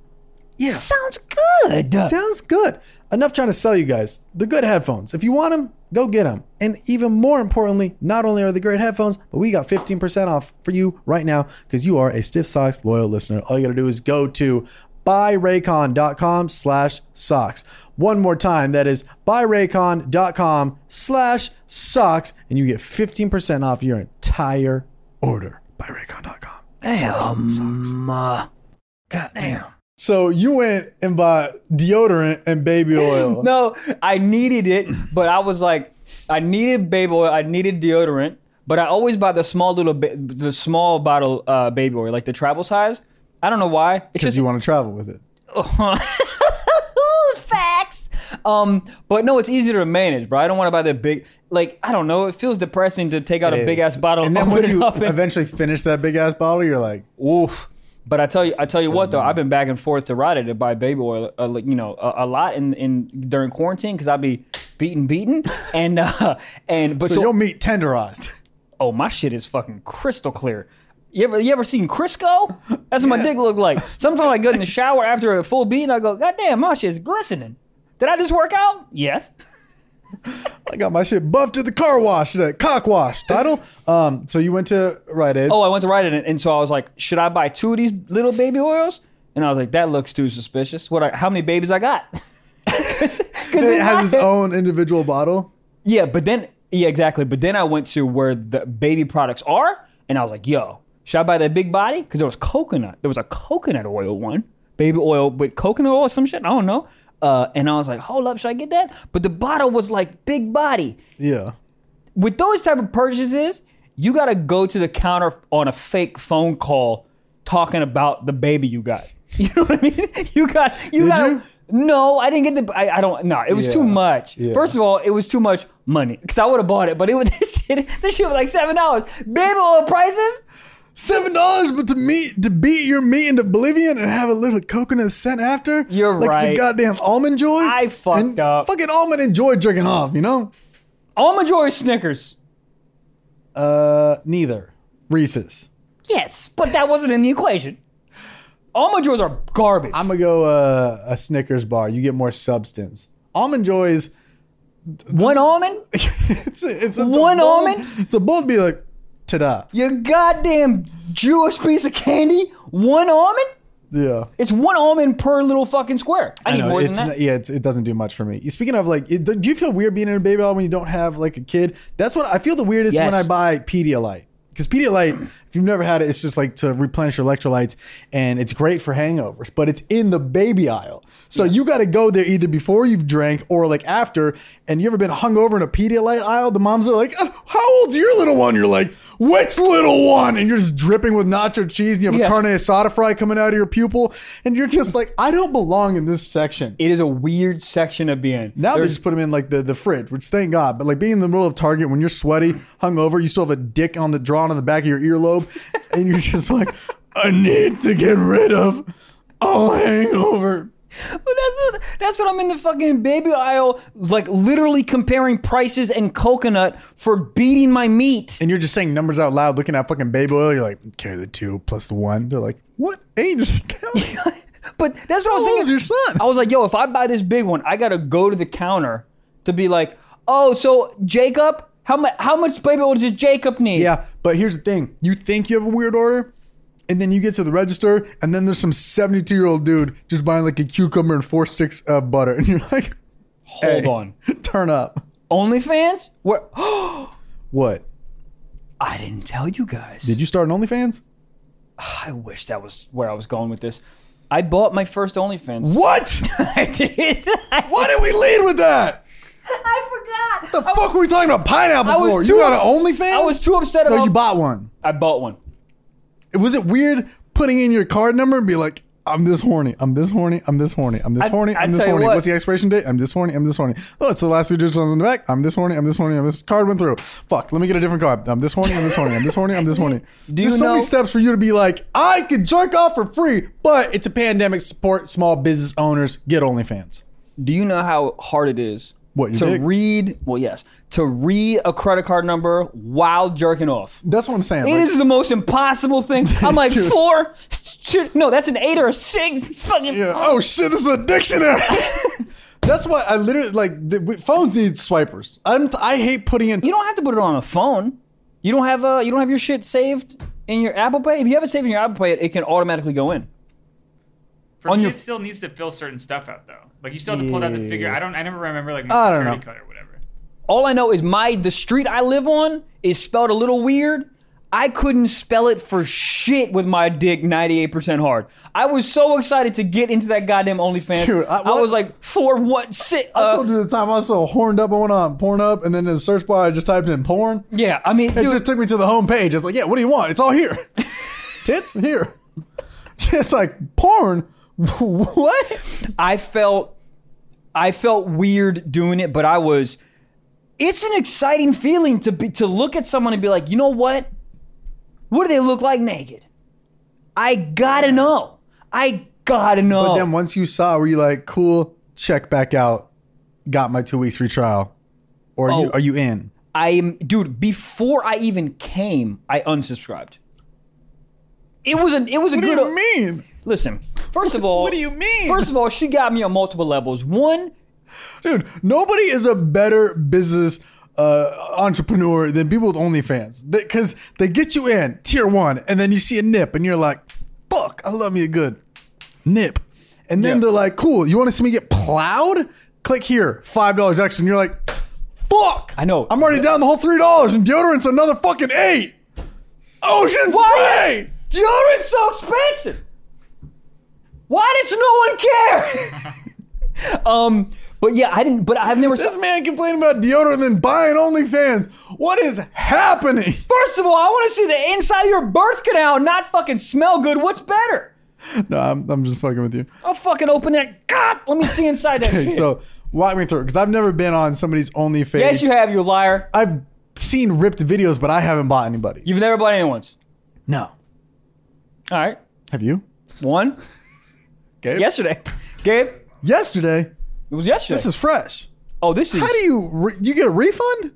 B: Yeah.
A: sounds good.
B: Sounds good. Enough trying to sell you guys. The good headphones. If you want them, go get them. And even more importantly, not only are they great headphones, but we got 15% off for you right now because you are a Stiff Socks loyal listener. All you got to do is go to buyraycon.com slash socks. One more time, that is buyraycon.com slash socks, and you get 15% off your entire order. Buyraycon.com.
A: Damn. uh, Goddamn.
B: So you went and bought deodorant and baby oil.
A: No, I needed it, but I was like, I needed baby oil, I needed deodorant, but I always buy the small little, ba- the small bottle uh, baby oil, like the travel size. I don't know why. It's
B: because
A: just
B: you want to travel with it.
A: (laughs)
B: (laughs)
A: facts. Um, but no, it's easier to manage, bro. I don't want to buy the big, like I don't know. It feels depressing to take out a big ass bottle
B: And then
A: open
B: once
A: it
B: you
A: up and-
B: eventually finish that big ass bottle, you're like,
A: Oof. But I tell you, I tell you
B: so
A: what though,
B: annoying.
A: I've been back and forth to Rite Aid to buy baby oil, uh, like, you know, a, a lot in in during quarantine because I'd be beaten,
B: (laughs)
A: beaten, and uh, and but
B: so,
A: so,
B: your meat tenderized. (laughs)
A: oh my shit is fucking crystal clear. You ever you ever seen Crisco? That's what my dick look like. Sometimes I go in the shower after a full beat and I go, God damn, my shit's glistening. Did I just work out? Yes.
B: I got my shit buffed at the car wash, the cock wash title. Um, so you went to Rite Aid.
A: Oh, I went to Rite Aid and, and so I was like, should I buy two of these little baby oils? And I was like, that looks too suspicious. What? I, how many babies I got? Because
B: it has
A: (laughs)
B: its own individual bottle.
A: Yeah, but then yeah, exactly. But then I went to where the baby products are, and I was like, "Yo, should I buy that big body?" Because there was coconut. There was a coconut oil one, baby oil with coconut oil or some shit. I don't know. Uh, and I was like, "Hold up, should I get that?" But the bottle was like big body.
B: Yeah.
A: With those type of purchases, you gotta go to the counter on a fake phone call talking about the baby you got. (laughs) You know what I mean? (laughs) You got you
B: Did
A: got.
B: you?
A: No, I didn't get the. I, I don't. No, it was too
B: Yeah.
A: much.
B: Yeah.
A: First of all, it was too much money because I would have bought it, but it was (laughs) this shit. This shit was like seven dollars. Baby oil prices.
B: Seven dollars, but to meet to beat your meat into oblivion and have a little coconut scent after.
A: You're
B: like
A: right.
B: the goddamn almond joy.
A: I fucked
B: And
A: up.
B: Fucking almond and joy jerking off. You know.
A: Almond Joy or Snickers.
B: Uh, neither. Reese's.
A: Yes, but that wasn't in the equation. Almond Joys are garbage.
B: I'm gonna go uh, a Snickers bar. You get more substance. almond joys. (laughs)
A: One almond?
B: it's a, it's a, it's a
A: One
B: bold-
A: almond?
B: It's a bold be like, ta-da.
A: Your goddamn Jewish piece of candy? One almond?
B: Yeah.
A: It's one almond per little fucking square. I need
B: No,
A: more than
B: it's
A: that.
B: not- yeah, it's, it doesn't do much for me. Speaking of like, it, do you feel weird being in a baby aisle when you don't have like a kid? That's what I feel the weirdest
A: Yes.
B: when I buy Pedialyte because Pedialyte, if you've never had it, it's just like to replenish your electrolytes and it's great for hangovers, but it's in the baby aisle, so you got to go there either before you've drank or like after. And you ever been hungover in a Pedialyte aisle? The moms are like, "Uh, "How old's your little one?" You're like, "Which little one?" And you're just dripping with nacho cheese and you have
A: Yes.
B: a carne asada fry coming out of your pupil, and you're just like, "I don't belong in this section."
A: It is a weird section of being.
B: Now they
A: There's-
B: just put them in like the, the fridge, which thank God. But like being in the middle of Target when you're sweaty, hungover, you still have a dick on the drawn on the back of your earlobe, (laughs) and you're just like, I need to get rid of all hangover.
A: But that's the, that's what I'm in the fucking baby aisle, like literally comparing prices and coconut for beating my meat.
B: And you're just saying numbers out loud, looking at fucking baby oil. You're like, carry the two plus the one. They're like, what age is the
A: But that's what I was
B: How old is
A: thinking.
B: your son?
A: I was like, yo, if I buy this big one, I gotta go to the counter to be like, oh, so Jacob, how much how much baby oil does Jacob need?
B: Yeah, but here's the thing: you think you have a weird order, and then you get to the register, and then there's some 72 year old dude just buying like a cucumber and four sticks of butter, (laughs) and you're like,
A: Hold
B: hey,
A: on.
B: turn up.
A: OnlyFans? Where? (gasps)
B: What?
A: I didn't tell you guys.
B: Did you start an OnlyFans?
A: I wish that was where I was going with this. I bought my first OnlyFans.
B: (laughs) What?
A: (laughs) I did.
B: Why did we lead with that?
A: I forgot.
B: The fuck were we talking about pineapple
A: I was
B: for?
A: too
B: You got an
A: ups-
B: OnlyFans?
A: I was too upset about.
B: No, you bought one.
A: I bought one.
B: Was it weird putting in your card number and be like, I'm this horny. I'm this horny. I'm this horny. I'm this horny.
A: I
B: I'm this
A: tell you
B: horny.
A: what.
B: What's the expiration date? I'm this horny. I'm this horny. Oh, it's the last two digits on the back. I'm this horny. I'm this horny. I'm this card went through. Fuck. Let me get a different card. I'm this horny. I'm this horny. I'm this horny. I'm this horny.
A: (laughs) Do you
B: There's so
A: know-
B: many steps for you to be like, I could jerk off for free, but it's a pandemic. Support small business owners. Get OnlyFans.
A: Do you know how hard it is
B: What, your
A: to
B: dick?
A: read? Well, yes, to read a credit card number while jerking off.
B: That's what I'm saying.
A: It
B: Like-
A: is the most impossible
B: (laughs)
A: thing. I'm like
B: Dude.
A: four. Shit, no, that's an eight or a six. Fucking.
B: Yeah. Oh shit, this is a dictionary. (laughs) That's why I literally like the, we- phones need swipers. I'm t- I hate putting in.
A: You don't have to put it on a phone. You don't have uh, you don't have your shit saved in your Apple Pay. If you have it saved in your Apple Pay, it, it can automatically go in.
C: For
A: On
C: me,
A: your-
C: it still needs to fill certain stuff out though. Like you still have to pull it out to figure. I don't. I never remember like my
B: I don't know.
C: security code or whatever.
A: All I know is my the street I live on is spelled a little weird. I couldn't spell it for shit with my dick 98% hard. I was so excited to get into that goddamn OnlyFans.
B: Dude, I-
A: I, was like, four, what, six?
B: I
A: uh,
B: told you the time I was so horned up. I went on Pornhub, and then in the search bar, I just typed in porn.
A: yeah, I
B: (laughs)
A: mean,
B: It
A: dude,
B: just took me to the home page. It's like, yeah, what do you want? It's all here. Tits here. Just like porn. (laughs) what?
A: I felt I felt weird doing it, but I was it's an exciting feeling to be to look at someone and be like, you know what? What do they look like naked? I gotta know. I gotta know.
B: But then once you saw, were you like, cool? Check back out. Got my two weeks free trial. Or are you
A: Oh.
B: are you in?
A: I am, dude. Before I even came, I unsubscribed. It was an, it was a
B: What do
A: good.
B: you mean?
A: Listen, first of all,
B: What do you mean?
A: Oh. First of all, she got me on multiple levels. One,
B: Dude, nobody is a better business uh, entrepreneur than people with OnlyFans because they get you in tier one, and then you see a nip, and you're like, "Fuck, I love me a good nip," and then
A: Yeah.
B: they're like, "Cool, you want to see me get plowed? Click here, five dollars extra," and you're like, "Fuck,
A: I know.
B: I'm already down the whole three dollars, and deodorant's another fucking eight. Ocean
A: Why
B: spray."
A: deodorant's so expensive. Why does no one care? (laughs) um, but yeah, I didn't. But I've never.
B: This
A: Saw,
B: man complaining about deodorant and then buying OnlyFans. What is happening? (laughs)
A: first of all, I want to see the inside of your birth canal, not fucking smell good. What's better?
B: No, I'm, I'm just fucking with you.
A: I'll fucking open that. God, let me see inside
B: (laughs)
A: that.
B: Okay,
A: shit.
B: so walk me through because I've never been on somebody's OnlyFans.
A: yes, you have, you liar.
B: I've seen ripped videos, but I haven't bought anybody.
A: You've never bought anyone's.
B: no,
A: All right.
B: have you?
A: One.
B: Gabe?
A: Yesterday. Gabe,
B: Yesterday.
A: it was yesterday.
B: This is fresh.
A: oh, this is.
B: How do you re- you get a refund?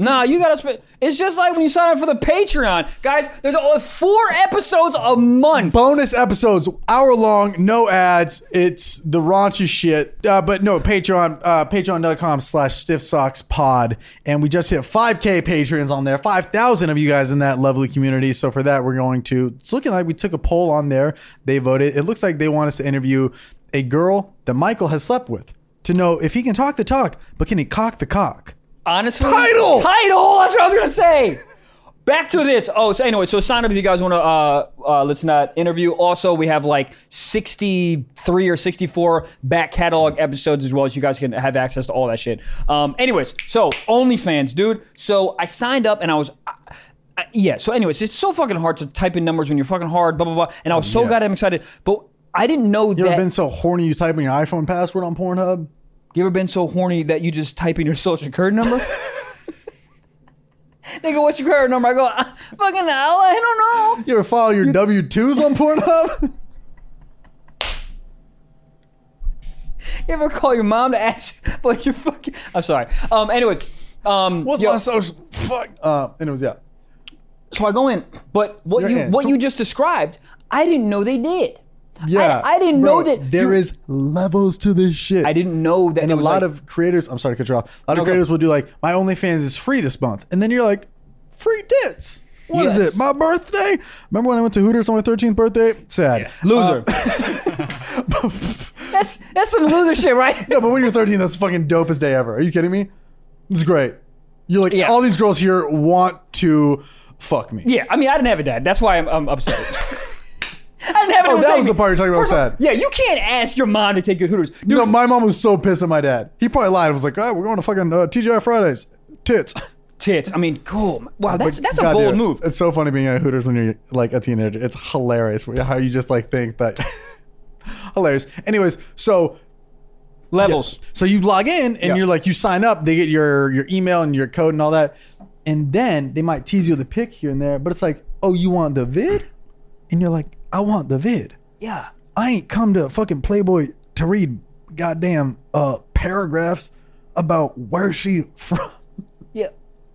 A: Nah, you gotta. Sp- it's just like when you sign up for the Patreon, guys. There's only four episodes a month.
B: Bonus episodes, hour long, no ads. It's the raunchy shit. Uh, but no, Patreon, uh, patreon.com slash stiff socks pod. And we just hit 5K patrons on there, 5,000 of you guys in that lovely community. So for that, we're going to, it's looking like we took a poll on there. They voted. It looks like they want us to interview a girl that Michael has slept with to know if he can talk the talk, but can he cock the cock?
A: Honestly,
B: Title!
A: title. That's what I was gonna say. Back to this. Oh, so anyway, so sign up if you guys want to. Uh, uh, let's not interview. Also, we have like sixty-three or sixty-four back catalog episodes as well, as you guys can have access to all that shit. Um, anyways, so OnlyFans, dude. So I signed up and I was. I, I- yeah. So, anyways, it's so fucking hard to type in numbers when you're fucking hard, blah blah blah. And I was so
B: yeah.
A: goddamn excited, but I didn't know
B: You
A: that.
B: ever been so horny you typing your iPhone password on Pornhub?
A: You ever been so horny that you just type in your social security number? they go, "What's your credit number?" I go, "I- "Fucking hell, I don't know."
B: You ever file your W 2s on Pornhub? (laughs)
A: You ever call your mom to ask (laughs) what your fucking? I'm sorry. Um. Anyways, um.
B: What's
A: yo,
B: my social? Fuck. Uh, anyways, yeah.
A: so I go in, but what
B: You're
A: you
B: in.
A: what
B: So-
A: you just described, I didn't know they did.
B: Yeah.
A: I didn't know that
B: there
A: you-
B: is levels to this shit.
A: I didn't know that.
B: And
A: it
B: a
A: was
B: lot
A: like-
B: of creators, I'm sorry to cut you off. A lot of
A: go.
B: creators will do like, my OnlyFans is free this month. And then you're like, free tits. What is
A: Yes.
B: it? My birthday? Remember when I went to Hooters on my 13th birthday? Sad.
A: loser.
B: uh,
A: (laughs)
B: (laughs)
A: that's that's some loser shit, right?
B: No, but when you're 13, that's the fucking dopest day ever. Are you kidding me? It's great. You're like,
A: Yeah.
B: all these girls here want to fuck me.
A: Yeah, I mean, I didn't have a dad. That's why I'm, I'm upset.
B: (laughs)
A: I didn't have anyone
B: Oh, that
A: to take
B: was
A: me.
B: the part you're talking about
A: First of all,
B: sad.
A: Yeah, you can't ask your mom to take your Hooters. Dude,
B: No, my mom was so pissed at my dad. He probably lied. I was like, "Ah, we're going to fucking uh, TGI Fridays. Tits. (laughs)
A: tits. I mean, cool. Wow, that's
B: But Uh,
A: that's a
B: God,
A: bold
B: dude,
A: move.
B: It's so funny being at Hooters when you're like a teenager. It's hilarious how you just like think that. (laughs) hilarious. Anyways, so
A: Levels.
B: so you log in and
A: Yeah.
B: you're like you sign up. They get your your email and your code and all that, and then they might tease you with a pic here and there. But it's like, oh, you want the vid? And you're like, I want the vid.
A: Yeah.
B: I ain't come to fucking Playboy to read goddamn uh, paragraphs about where she from. (laughs)
A: Yeah.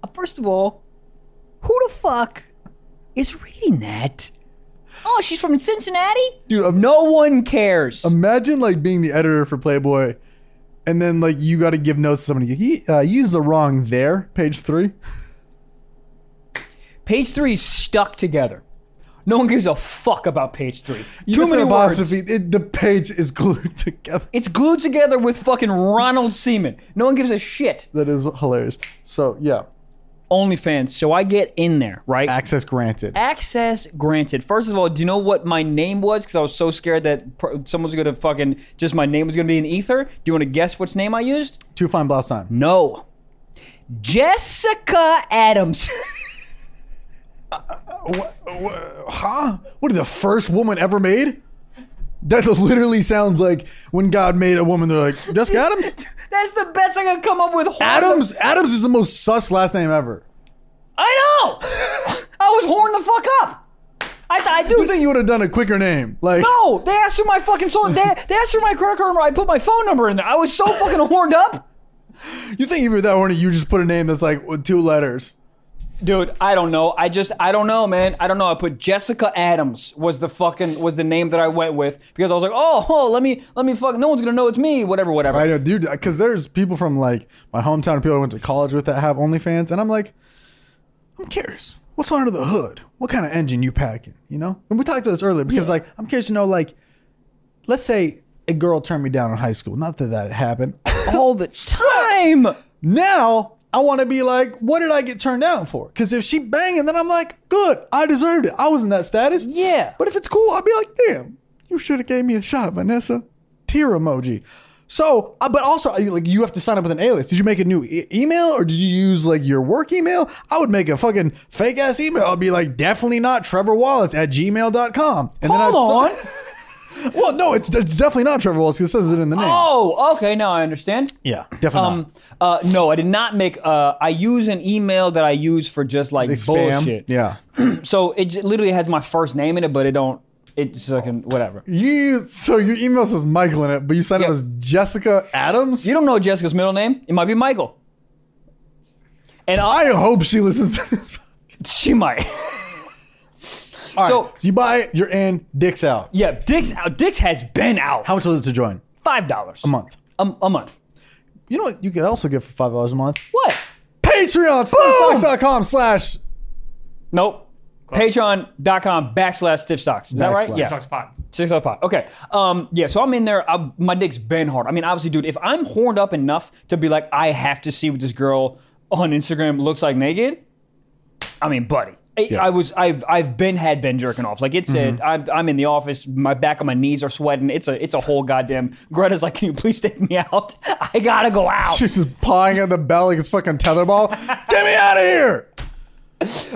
A: Uh, First of all, who the fuck is reading that? Oh, she's from Cincinnati?
B: Dude, I'm-
A: no one cares.
B: Imagine like being the editor for Playboy, and then like you got to give notes to somebody. He uh, used the wrong there, page three.
A: page three is stuck together. No one gives a fuck about page three.
B: You
A: Too
B: missed an
A: many words.
B: apostrophe. It, the page is (laughs) glued together.
A: It's glued together with fucking Ronald Seaman. No one gives a shit.
B: That is hilarious. So yeah,
A: OnlyFans. So I get in there, right?
B: access granted.
A: Access granted. First of all, do you know what my name was? Because I was so scared that pr- someone's gonna fucking just my name was gonna be in ether. Do you want to guess which name I used?
B: Two fine blouse time.
A: No, Jessica Adams. (laughs)
B: Huh? What is the first woman ever made? That (laughs) literally sounds like when God made a woman. They're like Jessica Adams.
A: That's the best I could come up with.
B: Adams. Adams is the most sus last name ever.
A: I know. (laughs) I was horned the fuck up. I thought I
B: You
A: do.
B: think you would have done a quicker name? Like
A: No, they asked for my fucking soul. They, they asked for my credit card number. I put my phone number in there. I was so fucking horned up.
B: you think if you're that horny, you just put a name that's like with two letters.
A: Dude, I don't know. I just I don't know, man. I don't know. I put Jessica Adams was the fucking was the name that I went with because I was like, oh, oh let me let me fuck. No one's gonna know it's me. Whatever, whatever.
B: I know, dude, because there's people from like my hometown, people I went to college with that have OnlyFans, and I'm like, I'm curious, what's under the hood? What kind of engine you packing? You know? And we talked about this earlier because like I'm curious to know, like, let's say a girl turned me down in high school. Not that that happened.
A: All the time.
B: now I want to be like, what did I get turned down for? Because if she banging, then I'm like, good, I deserved it. I was in that status.
A: Yeah.
B: But if it's cool, I'll be like, damn, you should have gave me a shot, Vanessa. Tear emoji. So, uh, but also, uh, you- like, you have to sign up with an alias. Did you make a new e- email, or did you use like your work email? I would make a fucking fake ass email. I'd be like, definitely not Trevor Wallace at gmail.com. And
A: Hold on.
B: (laughs) I'd sign- well, no, it's it's definitely not Trevor Wallace 'cause it says it in the name.
A: Oh, okay. Now I understand.
B: Yeah, definitely. not.
A: Um, uh, no, I did not make. Uh, I use an email that I use for just like
B: Like spam.
A: bullshit.
B: Yeah.
A: So it j- literally has my first name in it, but it don't. It's fucking whatever.
B: You so your email says Michael in it, but you signed
A: Yeah.
B: up as Jessica Adams.
A: You don't know Jessica's middle name. It might be Michael. And I'll,
B: I hope she listens to this. (laughs)
A: she might. (laughs)
B: All right,
A: So-
B: so, you buy it, you're in, dicks out.
A: yeah, Dick's out. Dick's has been out.
B: How much was it to join?
A: Five dollars
B: A month.
A: A, a month.
B: You know what you could also get for five dollars a month?
A: What?
B: Patreon stiffsocks.com slash
A: Nope. Patreon.com backslash stiff socks. Is that right?
B: Backslash.
A: Yeah.
C: Sucks pot.
A: Six dollar pot. Okay. Um, yeah. So I'm in there. I, my dick's been hard. I mean, obviously, dude, if I'm horned up enough to be like, I have to see what this girl on Instagram looks like naked. I mean, buddy, I,
B: Yeah. Mm-hmm.
A: I was, I've, I've been had been jerking off. Like it said, I'm, I'm in the office. My back and my knees are sweating. It's a, it's a whole goddamn. Greta's like, can you please take me out? (laughs) I gotta go out.
B: (laughs) She's just pawing at the bell like it's
A: (laughs)
B: fucking tetherball. Get me out of here.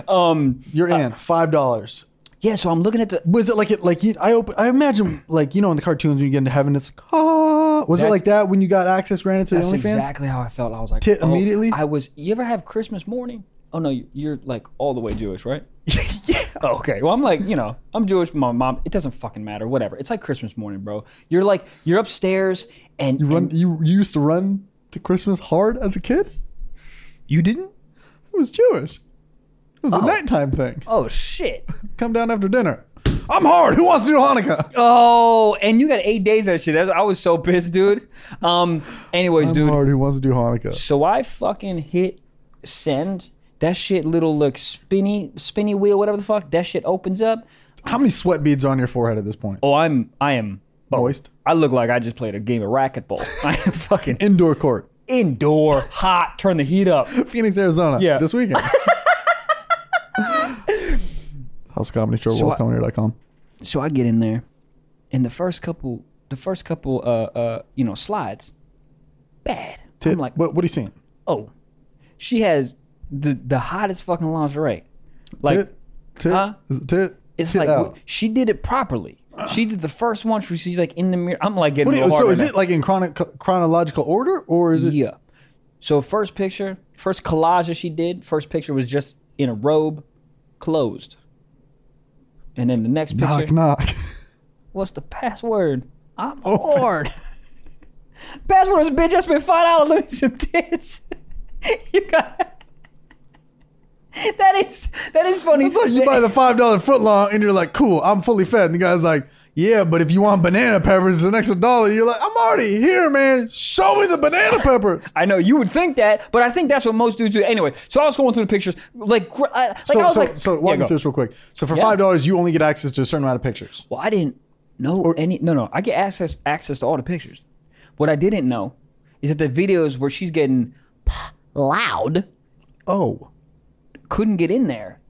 B: Um, you're in five dollars.
A: Yeah. So I'm looking at the.
B: Was it like it like you, I open, I imagine like you know in the cartoons when you get into heaven it's like ah was it
A: That's-
B: like that when you got access granted to the
A: That's
B: OnlyFans?
A: exactly how I felt. I was like, oh,
B: Tit immediately?
A: I was. You ever have Christmas morning? Oh no, you- you're like all the way Jewish, right?
B: (laughs)
A: yeah. Okay. Well, I'm like, you know, I'm Jewish. My mom. It doesn't fucking matter. Whatever. It's like Christmas morning, bro. You're like, you're upstairs, and
B: You run you, you used to run to Christmas hard as a kid.
A: you didn't.
B: It was Jewish. It was a nighttime thing.
A: Oh
B: (laughs)
A: shit.
B: Come down after dinner. I'm hard. Who wants to do Hanukkah?
A: Oh, and you got eight days of that shit. That's, I was so pissed, dude. Um. Anyways,
B: I'm
A: dude.
B: hard. Who wants to do Hanukkah?
A: So I fucking hit send. That shit, little like spinny, spinny wheel, whatever the fuck. That shit opens up.
B: How many sweat beads are on your forehead at this point?
A: Oh, I'm, I am. oh,
B: Moist.
A: I look like I just played a game of racquetball. (laughs) I am fucking
B: Indoor court,
A: indoor, hot, turn the heat up.
B: Phoenix, Arizona.
A: Yeah.
B: this
A: (laughs)
B: weekend. House comedy show,
A: So I-
B: worldcomedy.com.
A: So I get in there, and the first couple, the first couple, uh, uh, you know, slides, bad.
B: Tit,
A: I'm like,
B: what, what are you seeing?
A: oh, she has the the hottest fucking lingerie. Like,
B: Tit, tit,
A: huh?
B: is it tit?
A: it's
B: Tit
A: like
B: out.
A: w- she did it properly. She did the first one. where She's like in the mirror. I'm like getting
B: What do you-
A: real hard
B: so
A: right
B: is
A: now.
B: it like in chronic, chronological order, or is it?
A: Yeah. So first picture, first collage that she did, first picture was just in a robe, closed. And then the next picture,
B: Knock knock. (laughs)
A: what's the password? I'm
B: Open.
A: hard. (laughs) password is bitch. I spent five dollars. Let me some tits. (laughs) you got. (laughs) That is that is funny.
B: It's like you buy the five dollar foot long and you're like, cool, I'm fully fed. And the guy's like, yeah, but if you want banana peppers, it's an extra dollar. You're like, I'm already here, man. Show me the banana peppers.
A: (laughs) I know you would think that, but I think that's what most dudes do. Anyway, so I was going through the pictures, like, gr- I, (laughs) like I
B: So,
A: was
B: so,
A: like,
B: so
A: Yeah,
B: walk me
A: go.
B: through this real quick. So for five dollars, you only get access to a certain amount of pictures.
A: Well, I didn't know any. No, no, I get access access to all the pictures. What I didn't know is that the videos where she's getting p- loud
B: Oh,
A: couldn't get in there.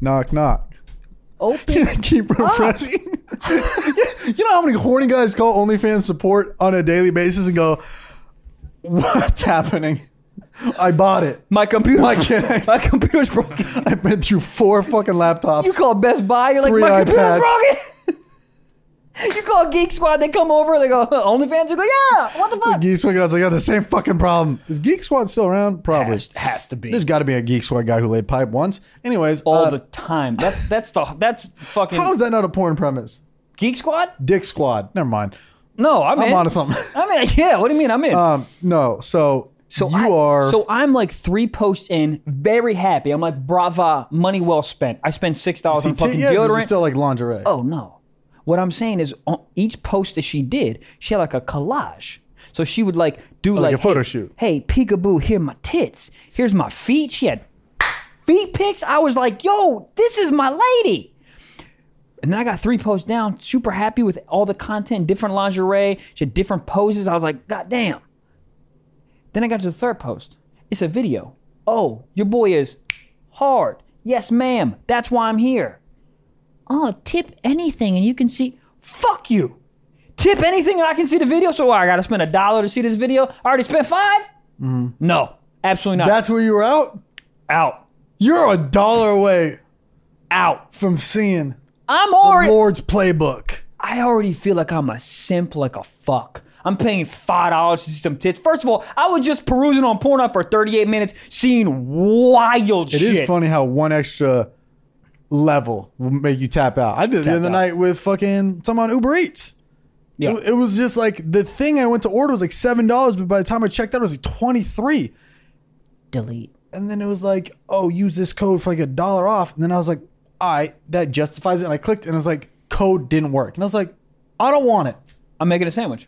B: knock knock. (laughs)
A: Open.
B: Keep refreshing.
A: Ah.
B: (laughs) you know how many horny guys call OnlyFans support on a daily basis and go, "What's happening? I bought
A: (laughs)
B: it.
A: My computer.
B: Why can't I-
A: my computer's
B: (laughs)
A: broken.
B: I've been through four fucking laptops."
A: You call Best Buy, you're like,
B: Three
A: my
B: iPads.
A: computer's broken. (laughs) you call Geek Squad, they come over, they go, (laughs) OnlyFans, you go, yeah, what the fuck?
B: Geek Squad guys, I got the same fucking problem. Is Geek Squad still around? Probably.
A: Has, has to be
B: There's got to be a Geek Squad guy who laid pipe once. Anyways,
A: all
B: uh,
A: the time. That's that's the that's fucking
B: how is that not a porn premise?
A: Geek Squad.
B: Dick Squad. Never mind.
A: No, I'm,
B: I'm
A: in.
B: on to something. (laughs)
A: I'm in. (laughs) Yeah, what do you mean? I'm in.
B: Um, no, so,
A: So
B: you
A: I,
B: are.
A: So I'm like three posts in, very happy. I'm like, brava, money well spent. I spent six dollars
B: See,
A: on
B: tit-
A: fucking
B: yeah, 'cause it's
A: deodorant.
B: still like lingerie.
A: oh no. What I'm saying is, on each post that she did, she had like a collage. So she would like do like,
B: a photo
A: hey-
B: shoot.
A: Hey, peekaboo, here are my tits. Here's my feet. She had feet pics. I was like, yo, this is my lady. And then I got three posts down, super happy with all the content, different lingerie, she had different poses. I was like, God damn. Then I got to the third post. It's a video. Oh, your boy is hard. Yes, ma'am. That's why I'm here. Oh, tip anything and you can see. Fuck you. Tip anything and I can see the video. So I got to spend a dollar to see this video. I already spent 5 Mm-hmm. No, absolutely not.
B: That's where you were out?
A: out.
B: You're a dollar away
A: Out.
B: from seeing
A: I'm already.
B: Lord's Playbook.
A: I already feel like I'm a simp like a fuck. I'm paying five dollars to see some tits. First of all, I was just perusing on Pornhub for 38 minutes, seeing wild
B: It
A: shit.
B: is funny how one extra level will make you tap out. I did it the other
A: out.
B: night with fucking someone on Uber Eats.
A: Yeah.
B: It, it was just like the thing I went to order was like seven dollars, but by the time I checked out, it was like twenty three.
A: Delete.
B: and then it was like, oh, use this code for like a dollar off. And then I was like, all right, that justifies it. And I clicked and I was like, code didn't work. And I was like, I don't want it.
A: I'm making a sandwich.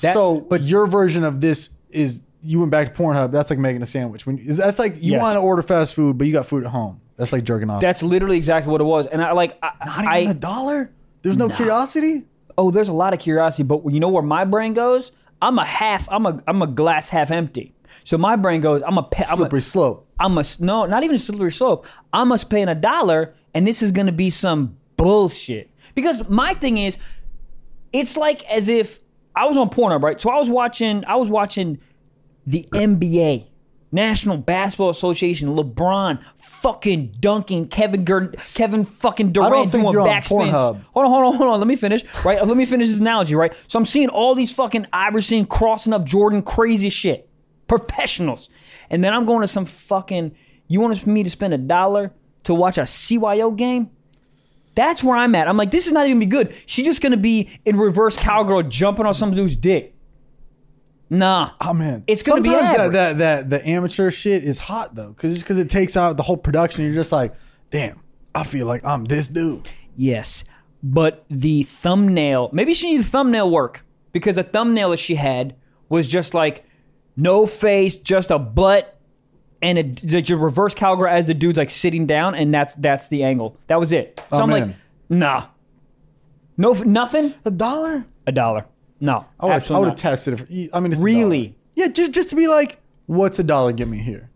A: That-
B: so,
A: but-
B: but your version of this is you went back to Pornhub. That's like making a sandwich. When is- that's like you
A: Yes.
B: want to order fast food, but you got food at home. That's like jerking off.
A: That's literally exactly what it was. And I like, I,
B: Not even
A: I-
B: a dollar. There's no curiosity.
A: oh, there's a lot of curiosity, but you know where my brain goes? I'm a half, I'm a, I'm a glass half empty. So my brain goes, I'm a, pe- I'm a,
B: Slippery slope.
A: I'm a s- no, not even a slippery slope. I must pay in a dollar, and this is gonna be some bullshit. Because my thing is, it's like as if I was on Pornhub, right? So I was watching, I was watching the NBA, National Basketball Association, LeBron fucking dunking Kevin Gur- Kevin fucking Durant
B: think
A: doing
B: you're on
A: backspins.
B: Pornhub.
A: Hold on, hold on, hold on. Let me finish. Right, let me finish this analogy. Right, so I'm seeing all these fucking Iverson crossing up Jordan, crazy shit, professionals, and then I'm going to some fucking. You want me to spend a dollar to watch a CYO game? That's where I'm at. I'm like, this is not even gonna be good. She's just gonna be in reverse cowgirl jumping on some dude's dick. Nah.
B: Oh man,
A: It's gonna be
B: Sometimes that,
A: average.
B: that that the amateur shit is hot though, because because it takes out the whole production. You're just like, damn, I feel like I'm this dude.
A: Yes, but the thumbnail. Maybe she needed thumbnail work because the thumbnail that she had was just like no face, just a butt, and a, that you reverse cowgirl as the dude's like sitting down, and that's that's the angle. That was it. So
B: Oh,
A: I'm like,
B: man.
A: nah, no, f- nothing.
B: A dollar?
A: A dollar. No,
B: I would I
A: absolutely
B: would
A: not.
B: have tested it. For, I mean, it's a
A: Really?
B: dollar. Yeah, just just to be like, what's a dollar get me here?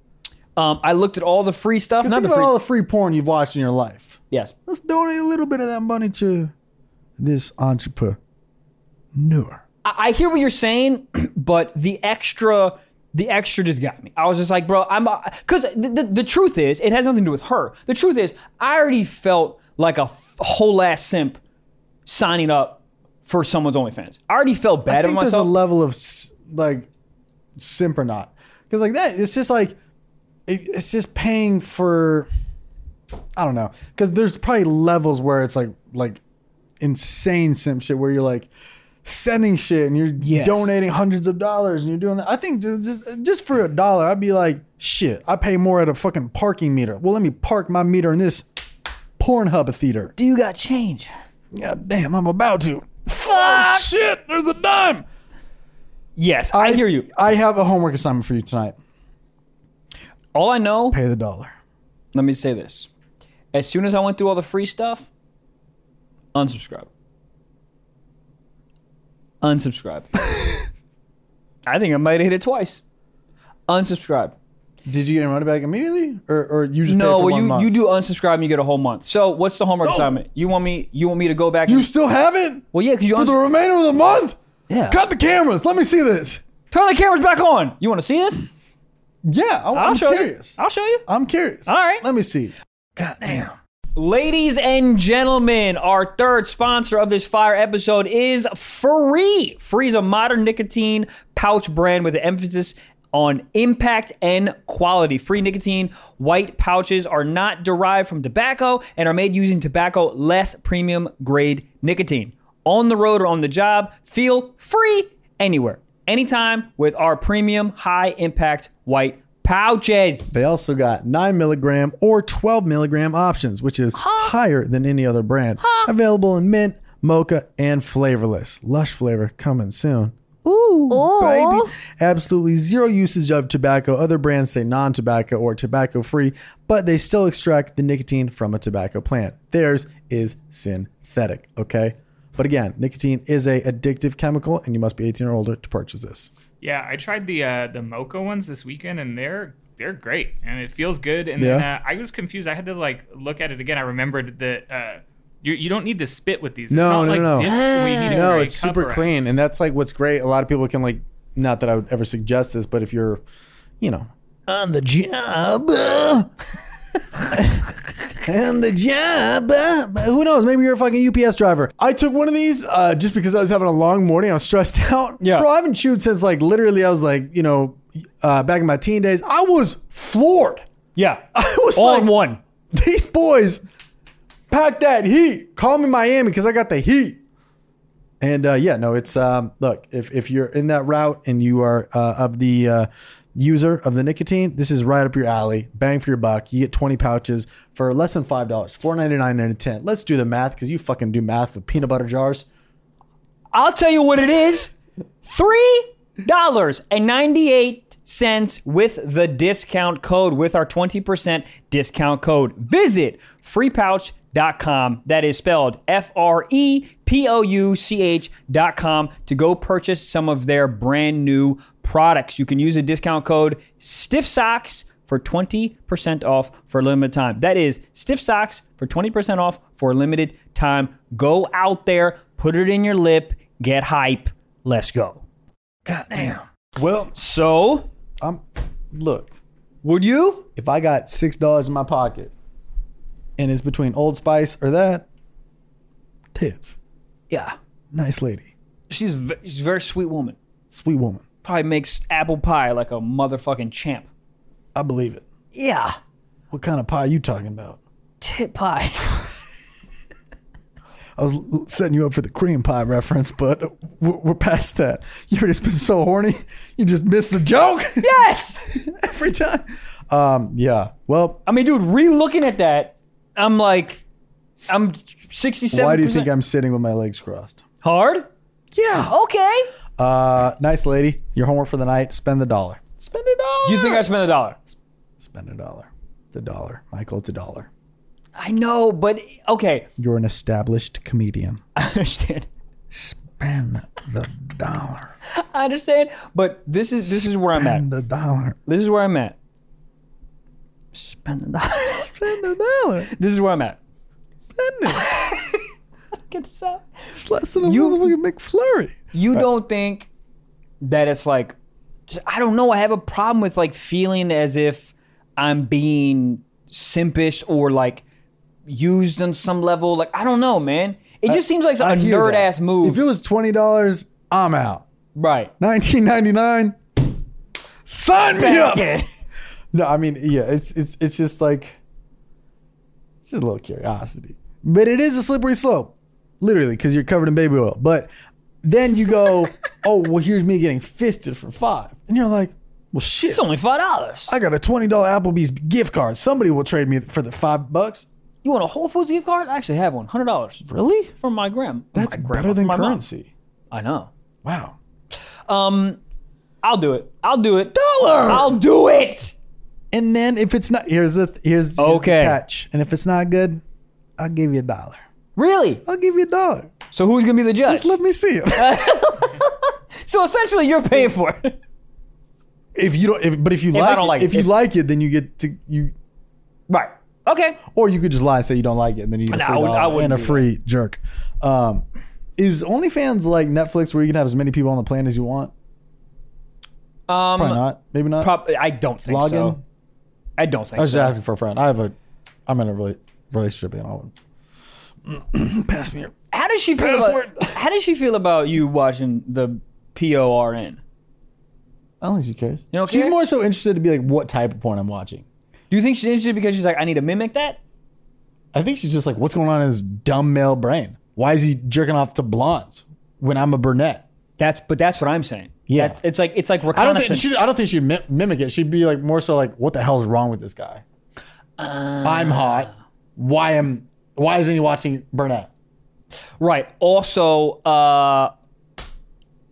A: um, I looked at all the free stuff. Not
B: Think
A: the
B: about
A: free.
B: all the free porn you've watched in your life.
A: yes.
B: Let's donate a little bit of that money to this entrepreneur.
A: I I hear what you're saying, (clears throat) but the extra, the extra just got me. I was just like, bro, I'm, because the, the, the truth is, it has nothing to do with her. The truth is, I already felt like a f- whole ass simp signing up for someone's OnlyFans. I already felt
B: I
A: bad about
B: think there's a
A: myself.
B: level of s- like simp or not because like that it's just like it, it's just paying for I don't know because there's probably levels where it's like like insane simp shit where you're like sending shit and you're
A: Yes.
B: donating hundreds of dollars and you're doing that. I think just just- just for a dollar I'd be like shit I pay more at a fucking parking meter. Well let me park my meter in this Pornhub theater.
A: do you got change?
B: God damn I'm about to. Fuck shit there's a dime.
A: Yes, I, hear you.
B: I have a homework assignment for you tonight.
A: All I know,
B: Pay the dollar.
A: let me say this. As soon as I went through all the free stuff, unsubscribe.
B: (laughs)
A: Unsubscribe. I think I might have hit it twice. Unsubscribe.
B: Did you get your money back immediately, or, or you just Pay
A: No,
B: for
A: well
B: one
A: you
B: month?
A: you do unsubscribe and you get a whole month. So what's the homework
B: No.
A: assignment? You want me you want me to go back?
B: You
A: and,
B: still haven't
A: well, yeah, because you
B: for the
A: unsub-
B: remainder of the month.
A: yeah.
B: Cut the cameras. Let me see this.
A: Turn the cameras back on. You want to see this?
B: Yeah, I,
A: I'll
B: am
A: show
B: curious.
A: you. I'll show you.
B: I'm curious.
A: All right.
B: Let me see. God damn.
A: Ladies and gentlemen, our third sponsor of this fire episode is Free. Free is a modern nicotine pouch brand with an emphasis on impact and quality. Free nicotine white pouches are not derived from tobacco and are made using tobacco less premium grade nicotine. On the road or on the job, feel free anywhere, anytime with our premium high impact white pouches.
B: They also got 9 milligram or 12 milligram options, which is higher than any other brand. Available in mint, mocha, and flavorless. Lush flavor coming soon. Ooh, baby. Absolutely zero usage of tobacco. Other brands say non tobacco or tobacco free, but they still extract the nicotine from a tobacco plant. Theirs is synthetic, okay? But again, nicotine is a addictive chemical, and you must be 18 or older to purchase this.
C: Yeah, I tried the uh, the mocha ones this weekend, and they're they're great, and it feels good. And then
B: Yeah.
C: uh, I was confused. I had to like look at it again. I remembered that uh, you you don't need to spit with these. It's
B: No,
C: not
B: no,
C: like
B: no.
C: dip where you need to
B: No,
C: carry a
B: it's
C: cup
B: super
C: around.
B: clean, and that's like what's great. A lot of people can like, not that I would ever suggest this, but if you're, you know, on the job, (laughs) uh, on the job, uh, who knows? Maybe you're a fucking UPS driver. I took one of these uh, just because I was having a long morning. I was stressed (laughs) out.
A: Yeah.
B: bro, I haven't chewed since like literally I was like, you know, uh, back in my teen days. I was floored. (laughs)
A: Yeah.
B: I was
A: All
B: like,
A: in one.
B: (laughs) these boys pack that heat. Call me Miami because I got the heat. And uh, yeah, no, it's um, look if if you're in that route and you are uh, of the uh, user of the nicotine, this is right up your alley. Bang for your buck. You get 20 pouches for less than $5, $4.99 and a 10. Let's do the math because you fucking do math with peanut butter jars.
A: I'll tell you what it is. Three dollars and ninety-eight cents with the discount code with our 20% discount code. Visit freepouch.com. That is spelled E F-R-E-P-O-U-C-H dot com to go purchase some of their brand new products. You can use a discount code Stiff Socks for 20% off for a limited time. That is Stiff Socks for 20% off for a limited time. Go out there, put it in your lip, get hype. Let's go.
B: God damn. Well,
A: So,
B: I'm look,
A: would you?
B: if I got $6 in my pocket and it's between Old Spice or that, tits.
A: Yeah.
B: Nice lady.
A: She's, v- she's a very sweet woman.
B: Sweet woman.
A: Probably makes apple pie like a motherfucking champ.
B: I believe it.
A: Yeah.
B: What kind of pie you talking about?
A: Tit pie. (laughs)
B: I was l- setting you up for the cream pie reference, but we're, we're past that. You've just been so horny, you just missed the joke
A: yes.
B: (laughs) every time. Um, yeah. Well,
A: I mean, dude, re looking at that, I'm like, I'm 67
B: why do you think I'm sitting with my legs crossed?
A: hard?
B: Yeah.
A: Okay.
B: Uh, nice lady. Your homework for the night: spend the dollar. Spend a dollar.
A: You think I spent a dollar?
B: spend a dollar? The dollar, Michael. It's a dollar.
A: I know, but okay.
B: You're an established comedian.
A: (laughs) I understand.
B: Spend the dollar.
A: I understand. But this is this is where I'm at.
B: Spend the dollar.
A: This is where I'm at. Spend the dollar.
B: Spend the dollar.
A: This is where I'm at.
B: Spend it.
A: Get this out.
B: It's less than a
A: You-
B: motherfucking McFlurry.
A: You don't think that it's like just- I don't know. I have a problem with like feeling as if I'm being simpish or like used on some level. Like I don't know, man. It just seems like a
B: I hear
A: nerd
B: that.
A: ass move,
B: If it was twenty dollars, I'm out.
A: right?
B: Nineteen ninety nine. Sign me up.
A: (laughs) Yeah.
B: No, I mean, yeah, it's it's it's just like it's just a little curiosity, but it is a slippery slope, literally, because you're covered in baby oil. But then
A: (laughs)
B: you go, oh well, here's me getting fisted for five, and you're like, well, shit,
A: It's only five dollars.
B: I got a twenty dollar Applebee's gift card. Somebody will trade me for the five bucks.
A: You want a Whole Foods gift card? I actually have one. Hundred dollars
B: Really?
A: from my gram. Oh
B: That's
A: my grandma,
B: better than
A: from my mom.
B: currency.
A: I know.
B: Wow.
A: Um, I'll do it. I'll do it.
B: Dollar.
A: I'll do it.
B: And then if it's not here's the here's, here's
A: Okay.
B: the catch. And if it's not good, I'll give you a dollar.
A: Really?
B: I'll give you a dollar.
A: So who's gonna be the judge?
B: Just let me see it.
A: (laughs) so essentially, you're paying for it.
B: if you don't, if, but if you
A: I
B: like,
A: don't
B: it,
A: like it,
B: if you
A: if-
B: like it, then you get to you.
A: right. Okay.
B: Or you could just lie and say you don't like it, and then you get a
A: Nah,
B: free
A: I would- I
B: dollar
A: wouldn't
B: and
A: do
B: a
A: that.
B: free jerk. Um, is OnlyFans like Netflix, where you can have as many people on the planet as you want?
A: Um,
B: Probably not. Maybe not.
A: prob- I don't think
B: Login.
A: so. I don't think
B: I was
A: so.
B: just asking for a friend. I have a. I'm in a really relationship, and I would (clears throat) pass me your
A: How does she feel?
C: Password.
A: About, how does she feel about you watching the porn?
B: I don't think she cares.
A: You don't
B: She's
A: care?
B: more so interested to be like what type of porn I'm watching.
A: Do you think she's interested because she's like, I need to mimic that?
B: I think she's just like, what's going on in his dumb male brain? Why is he jerking off to blondes when I'm a brunette?
A: That's but that's what I'm saying.
B: Yeah.
A: That- it's like it's like
B: I don't
A: reconnaissance.
B: think she. I don't think she'd mi- mimic it. She'd be like more so like, what the hell's wrong with this guy?
A: Uh.
B: I'm hot. Why am? Why isn't he watching brunette?
A: right. Also, uh,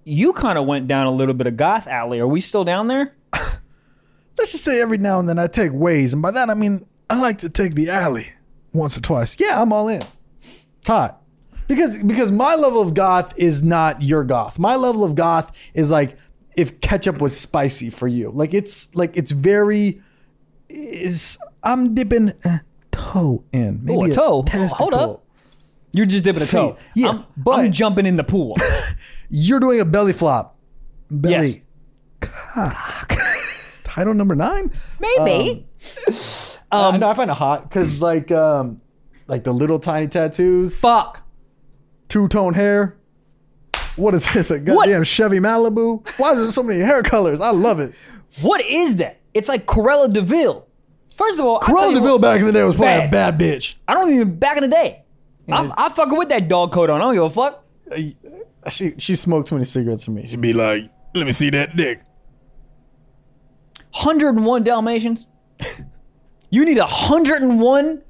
A: you kind of went down a little bit of goth alley. Are we still down there?
B: Let's just say every now and then I take ways, and by that I mean I like to take the alley once or twice. Yeah, I'm all in. It's hot. Because because my level of goth is not your goth. My level of goth is like if ketchup was spicy for you. Like it's like it's very is I'm dipping a toe in. Maybe
A: Ooh, a toe? Hold
B: testicle.
A: up. You're just dipping a toe.
B: Yeah,
A: I'm,
B: but-
A: I'm jumping in the
B: (laughs)
A: pool.
B: You're doing a belly flop. Belly
A: Yes.
B: cock. (laughs) Title number nine. Um,
A: Maybe. Um,
B: I know I find it hot because like um like the little tiny tattoos,
A: Fuck.
B: two tone hair. What is this? A goddamn Chevy Malibu? Why is there so many hair colors? I love it.
A: What is that? It's like Corella Deville. First of all, I tell
B: Cruella
A: you
B: Deville
A: what-
B: back in the day was probably a
A: Bad.
B: bad bitch.
A: I don't even back in the day. I'm, I'm fucking with that dog coat on. I don't give a fuck.
B: Uh, She she smoked too many cigarettes for me. She
D: be like, let me see that dick.
A: 101
D: (laughs)
A: Dalmatians. you need 101.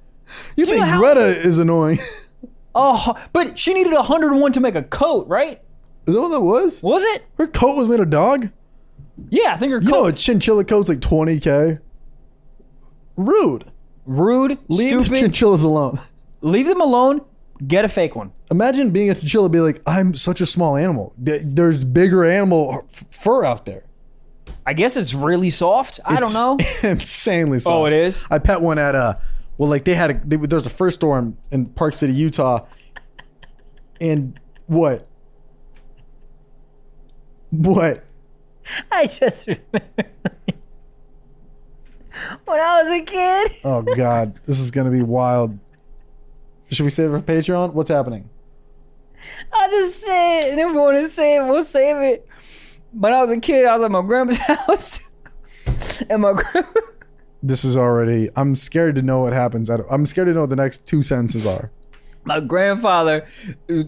B: You, think
A: know how-
B: Greta is annoying? (laughs) is
A: Oh, but she needed 101 to make a coat, right?
B: that what that was?
A: Was it?
B: Her coat was made of dog.
A: Yeah, I think her
B: You know, a
A: coat.
B: chinchilla coat's like 20K. Rude.
A: Rude,
B: Leave the
A: stupid.
B: chinchillas alone.
A: leave them alone. Get a fake one.
B: Imagine being a chinchilla, be like, I'm such a small animal. Th- There's bigger animal f- fur out there.
A: I guess it's really soft. I don't
B: It's (laughs)
D: (laughs)
A: know.
B: Insanely soft.
A: Oh, it is?
B: I pet one at a well, like they had a they, there was a fur store in, in Park City, Utah, and what? What?
D: (laughs) I just remember when I was a kid.
B: Oh God, (laughs) this is gonna be wild. Should we save it for Patreon? What's happening?
D: I'll just say it, and if we want to say it, we'll save it. (laughs) When I was a kid, I was at my grandma's (laughs) house, and my grandma.
B: This is already. I'm scared to know what happens. I don't- I'm scared to know what the next two sentences
A: (sighs)
B: are.
A: my grandfather uh,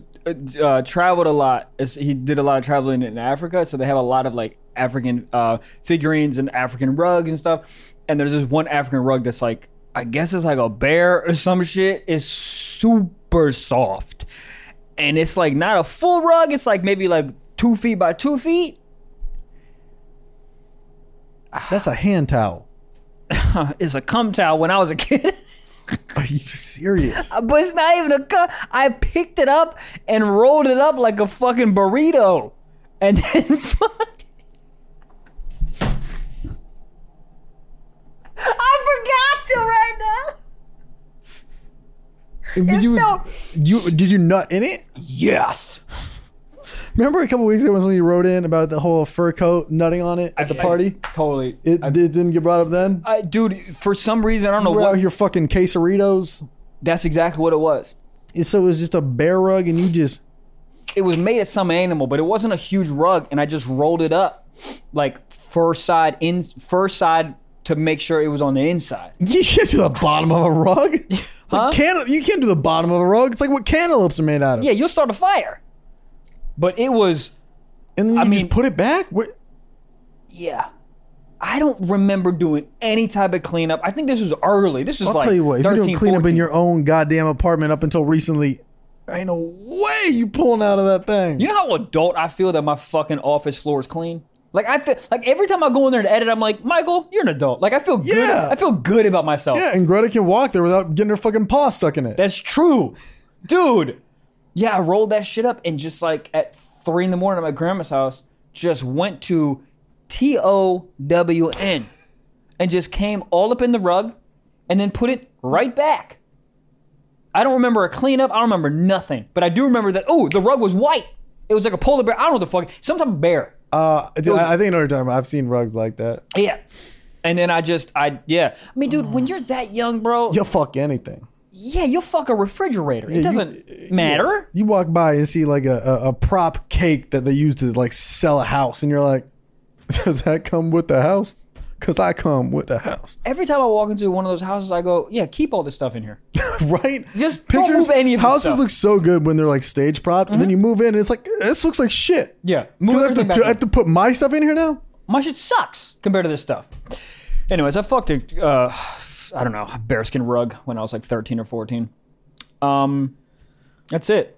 A: uh, traveled a lot. It's- He did a lot of traveling in Africa, so they have a lot of like African uh, figurines and African rugs and stuff. And there's this one African rug that's like, I guess it's like a bear or some shit. It's super soft, and it's like not a full rug. It's like maybe like two feet by two feet. (laughs)
B: That's a hand towel.
A: It's a cum towel. When I was a kid. (laughs)
B: Are you serious?
A: But it's not even a cup. I picked it up and rolled it up like a fucking burrito, and then (laughs) fucked.
D: I forgot to right now.
B: you,
D: no.
B: you did you nut in it?
A: Yes.
B: Remember a couple weeks ago when somebody wrote in about the whole fur coat nutting on it at the
C: I-
B: party?
A: Totally.
B: It,
A: I,
B: it didn't get brought up then.
A: I- dude, for some reason I don't know
B: We're out
A: what.
B: here fucking quesaritos.
A: That's exactly what it was.
B: And So it was just a bear rug, and you just
A: It was made of some animal, but it wasn't a huge rug, and I just rolled it up, like fur side in fur side to make sure it was on the inside.
B: you can't do the bottom of a rug. It's
A: Huh?
B: like can you can't do the bottom of a rug. It's like what cantaloupes are made out of.
A: Yeah, you'll start a fire. But it was
B: and then you
A: I
B: just
A: mean-
B: put it back. What?
A: Yeah. I don't remember doing any type of cleanup. I think this was early. This was
B: I'll
A: like
B: tell you what. If
A: 13,
B: you're doing cleanup in
A: 14.
B: your own goddamn apartment up until recently, ain't no way you pulling out of that thing.
A: You know how adult I feel that my fucking office floor is clean? Like I feel like every time I go in there and edit, I'm like, Michael, you're an adult. Like I feel good.
B: Yeah.
A: I feel good about myself.
B: yeah, and Greta can walk there without getting her fucking paw stuck in it.
A: That's true. Dude. Yeah, I rolled that shit up and just like at three in the morning at my grandma's house, just went to T O W N and just came all up in the rug and then put it right back. I don't remember a cleanup. I don't remember nothing. But I do remember that, oh, the rug was white. It was like a polar bear. I don't know what the fuck. Some type of bear.
B: Uh, dude, I, I think another time I've seen rugs like that.
A: Yeah. And then I just, I, yeah. I mean, dude, when
B: Mm.
A: you're that young, bro,
B: You'll fuck anything.
A: yeah, you'll fuck a refrigerator. It
B: Yeah, you-
A: doesn't matter.
B: You walk by and see like a, a, a prop cake that they use to like sell a house, and you're like, (laughs) does that come with the house? Cause I come with the house, (laughs)
A: every time I walk into one of those houses, I go, yeah, keep all this stuff in here.
B: right?
A: Just don't move any of this
B: houses
A: stuff.
B: look so good when they're like stage propped, and then you move in and it's like this looks like shit. (laughs)
A: Yeah,
B: Do
A: move
B: I have, to,
A: everything back.
B: do I
A: in.
B: have to put my stuff in here now.
A: My shit sucks compared to this stuff. Anyways, I fucked a, uh, I don't know, bearskin rug when I was like 13 or 14. Um, that's it.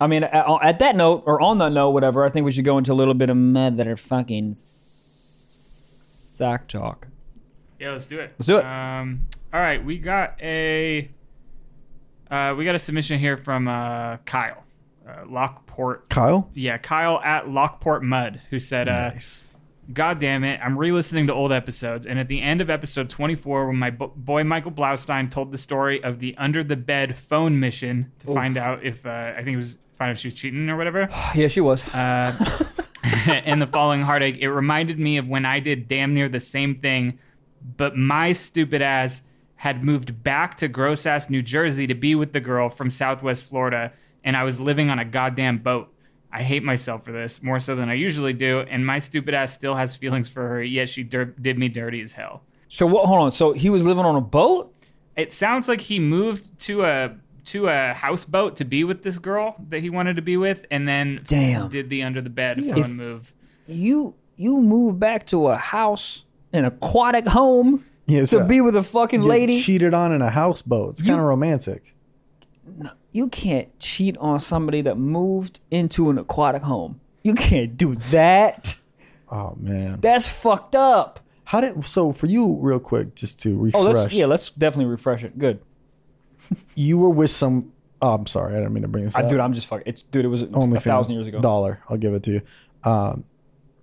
A: I mean, at, at that note or on that note, whatever, I think we should go into a little bit of motherfucking sack talk. (sighs)
C: Yeah, let's do it. Let's
A: do it.
C: Um, all right, we got a uh, we got a submission here from uh, Kyle uh, Lockport.
B: Kyle,
C: Yeah, Kyle at Lockport Mud, who said, uh,
B: nice.
C: "God damn it, I'm re-listening to old episodes, and at the end of episode 24, when my bo- boy Michael Blaustein told the story of the under the bed phone mission to find out if uh, I think it was find out if she was cheating or whatever."
A: Yeah, she was.
C: uh, (laughs) and the falling heartache. It reminded me of when I did damn near the same thing, but my stupid ass had moved back to gross ass New Jersey to be with the girl from Southwest Florida, and I was living on a goddamn boat. I hate myself for this more so than I usually do, and my stupid ass still has feelings for her, yet she dir- did me dirty as hell.
A: So what? Hold on. So he was living on a boat.
C: It sounds like he moved to a to a houseboat to be with this girl that he wanted to be with, and then
A: Damn.
C: did the under the bed phone move.
A: You you moved back to a house an aquatic home
B: Yeah,
A: to be with a fucking lady.
B: cheated on in a houseboat. It's kind of romantic.
A: you can't cheat on somebody that moved into an aquatic home. You can't do that.
B: Oh man,
A: That's fucked up.
B: how did so for you real quick just to refresh?
A: Oh, let's yeah, let's definitely refresh it. Good,
B: you were with some. Oh, I'm sorry, I didn't mean to bring this.
A: I,
B: up.
A: Uh, dude. I'm just fucking. It's dude. It was
B: Only
A: a thousand years ago.
B: Dollar, I'll give it to you. Um,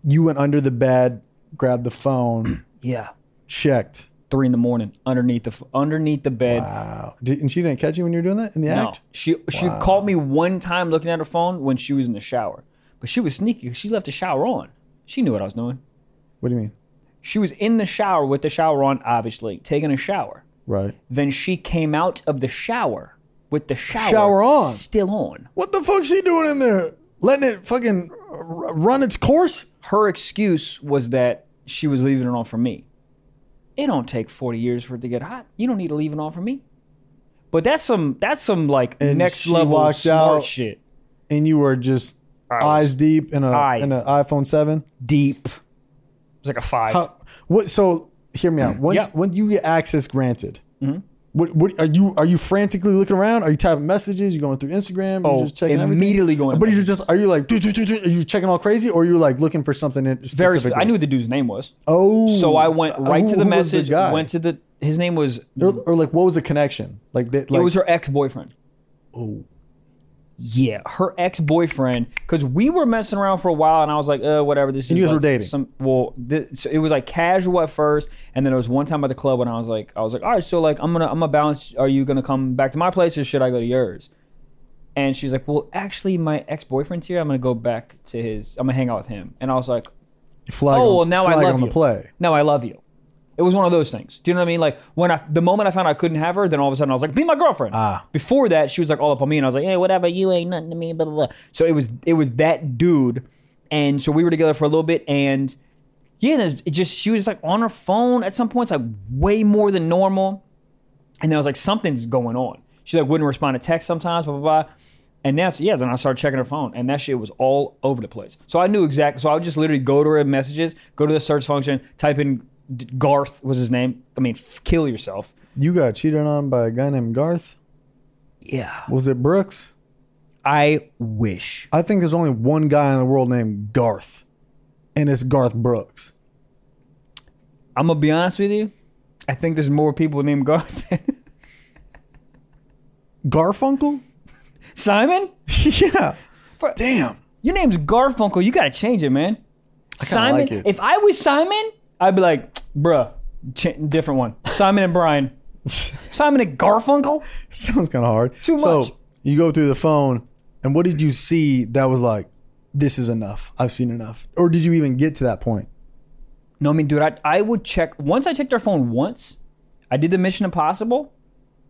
B: you went under the bed, grabbed the phone, (clears throat)
A: Yeah,
B: checked.
A: three in the morning underneath the f- underneath the bed.
B: Wow, Uh, did, and she didn't catch you when you were doing that in the
A: No,
B: act.
A: she she called me one time looking at her phone when she was in the shower, but she was sneaky. 'cause She left the shower on. She knew what I was doing.
B: What do you mean?
A: She was in the shower with the shower on, obviously taking a shower.
B: Right.
A: Then she came out of the shower with the shower,
B: Shower on.
A: still on.
B: What the fuck's she doing in there? Letting it fucking r- run its course?
A: Her excuse was that she was leaving it on for me. It don't take forty years for it to get hot. You don't need to leave it on for me. But that's some that's some like
B: And
A: next
B: she
A: level
B: walked
A: smart
B: out.
A: shit.
B: And you were just eyes deep in a in an iPhone seven.
A: Deep. It was like a five.
B: How, what? So hear me out. Once
A: Mm. Yeah. Mm-hmm.
B: when you get access granted, what, what are you are you frantically looking around? Are you typing messages? You going through Instagram?
A: Oh,
B: you just checking
A: immediately going to
B: Everything? But you just are you like dude, dude, dude, dude, are you checking all crazy or are you like looking for something in
A: Very.
B: specifically?
A: I knew what the dude's name was,
B: Oh,
A: so I went
B: uh,
A: right
B: who-
A: to the
B: who was
A: message.
B: guy?
A: went to the. His name was.
B: or, or like what was the connection? Like, that like
A: it was her ex boyfriend.
B: Oh.
A: Yeah, her ex boyfriend. Because we were messing around for a while, and I was like, uh, whatever. This
B: And
A: is
B: you guys
A: like
B: were dating?
A: Some well, thi- so it was like casual at first, and then there was one time at the club when I was like, I was like, all right, so like I'm gonna I'm gonna bounce. Are you gonna come back to my place or should I go to yours? And she's like, well, actually, my ex boyfriend's here. I'm gonna go back to his. I'm gonna hang out with him. And I was like,
B: flag.
A: Oh,
B: on-
A: well, now I
B: flag
A: love
B: on the
A: you.
B: play.
A: no, I love you. It was one of those things. Do you know what I mean? Like when I, the moment I found I couldn't have her, then all of a sudden I was like, be my girlfriend.
B: Ah.
A: Before that, she was like all up on me, and I was like, hey, whatever, you ain't nothing to me, blah blah blah. So it was it was that dude, and so we were together for a little bit, and yeah, and it just she was like on her phone at some points, like way more than normal, and then I was like, something's going on. She like wouldn't respond to text sometimes, blah blah blah. And that's yeah. Then I started checking her phone, and that shit was all over the place. So I knew exactly. So I would just literally go to her messages, go to the search function, type in D- Garth was his name. I mean, f- kill yourself.
B: You got cheated on by a guy named Garth.
A: Yeah.
B: Was it Brooks?
A: I wish.
B: I think there's only one guy in the world named Garth, and it's Garth Brooks.
A: I'm gonna be honest with you. I think there's more people named Garth. than- (laughs)
B: Garfunkel?
A: Simon,
B: (laughs) yeah. Damn.
A: your name's Garfunkel. You gotta change it, man. Simon.
B: like it.
A: If I was Simon, I'd be like, bruh, ch- different one. Simon and
B: (laughs)
A: Brian. Simon and Garfunkel.
B: Sounds kind of hard.
A: Too much.
B: So you go through the phone, and what did you see that was like, this is enough? I've seen enough. Or did you even get to that point?
A: No, I mean, dude, I, I would check. Once I checked their phone once, I did the Mission Impossible.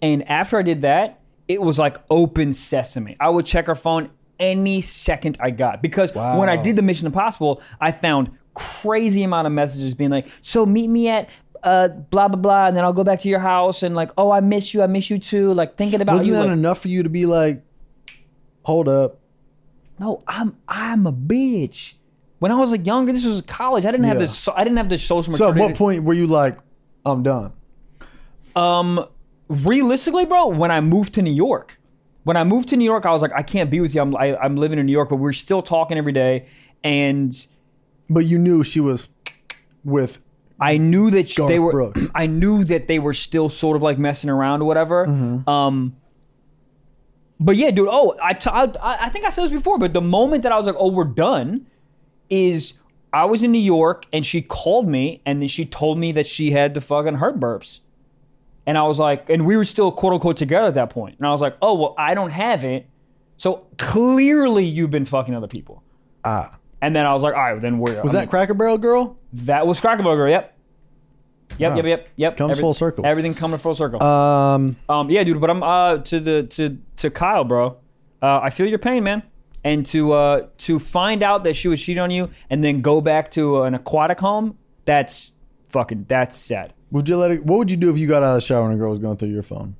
A: And after I did that, it was like open sesame. I would check her phone any second I got because when I
B: Wow.
A: did the Mission Impossible, I found crazy amount of messages being like, "So meet me at uh, blah blah blah," and then I'll go back to your house and like, "Oh, I miss you, I miss you too." Like thinking about
B: Wasn't
A: you.
B: that
A: like,
B: enough for you to be like, hold up?
A: no, I'm I'm a bitch. When I was like younger, this was college. I didn't have
B: Yeah.
A: this. I didn't have this social.
B: So at
A: maturity
B: what point were you like, I'm done?
A: Um, realistically, bro, when I moved to New York, when I moved to New York, I was like, I can't be with you. I'm I, I'm living in New York, but we're still talking every day, and
B: But you knew she was with,
A: I knew that sh- they
B: Garth
A: were.
B: Brooks.
A: (clears throat) I knew that they were still sort of like messing around or whatever.
B: Mm-hmm.
A: Um, but yeah, dude. Oh, I, t- I I think I said this before, but the moment that I was like, oh, we're done, is I was in New York and she called me and then she told me that she had the fucking heart burps. And I was like, and we were still quote unquote together at that point. And I was like, oh, well, I don't have it. So clearly you've been fucking other people.
B: ah.
A: And then I was like, all right, then we're.
B: Was that Cracker Barrel girl?
A: That was Cracker Barrel Girl. Yep. Yep.
B: Wow.
A: Yep. Yep. Yep.
B: Comes full circle.
A: Everything coming full circle.
B: Um,
A: um. Yeah, dude. But I'm uh to the to to Kyle, bro. Uh, I feel your pain, man. And to uh to find out that she was cheating on you and then go back to an aquatic home, that's fucking that's sad.
B: would you let it? What would you do if you got out of the shower and a girl was going through your phone?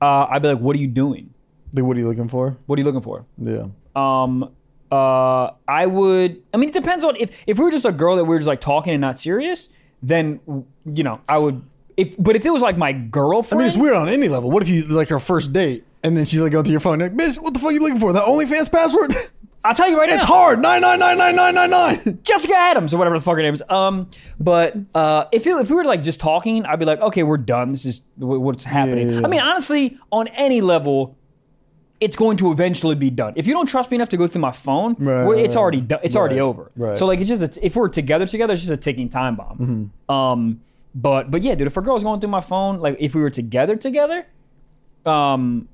A: Uh, I'd be like, what are you doing?
B: Like, what are you looking for?
A: What are you looking for?
B: Yeah.
A: um uh i would i mean it depends on if if we were just a girl that we were just like talking and not serious then you know I would. If but if it was like my
B: I
A: girlfriend,
B: mean, it's weird on any level. What if you like our first date and then she's like going through your phone, like, bitch, what the fuck are you looking for? That OnlyFans password? (laughs)
A: I'll tell you right
B: it's
A: now,
B: hard. Nine nine nine nine nine nine nine.
A: Jessica Adams or whatever the fuck her name is. Um, but uh, if it, if we were like just talking, I'd be like, okay, we're done. This is wh- what's happening.
B: yeah, yeah.
A: I mean, honestly, on any level, it's going to eventually be done. If you don't trust me enough to go through my phone,
B: Right,
A: well, it's
B: right,
A: already done. It's already
B: right,
A: over.
B: right.
A: So like, it's just a, if we're together together, it's just a ticking time bomb.
B: Mm-hmm.
A: Um, but but yeah, dude, if a girl's going through my phone, like if we were together together, um.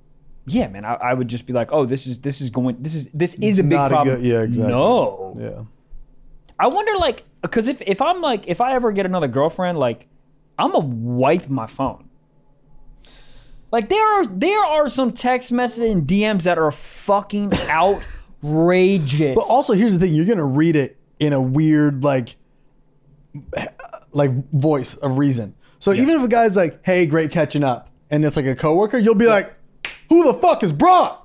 A: Yeah, man, I, I would just be like, "Oh, this is this is going, this is this is a big
B: not a
A: problem."
B: good- yeah, exactly.
A: No,
B: Yeah.
A: I wonder, like, because if if I'm like, if I ever get another girlfriend, like, I'm gonna wipe my phone. Like there are there are some text messages and DMs that are
B: (coughs)
A: fucking outrageous.
B: But also, here's the thing: you're gonna read it in a weird like, (sighs) like voice of reason. So even if a guy's like, "Hey, great catching up," and it's like a coworker, you'll be like, "Who the fuck is Brock?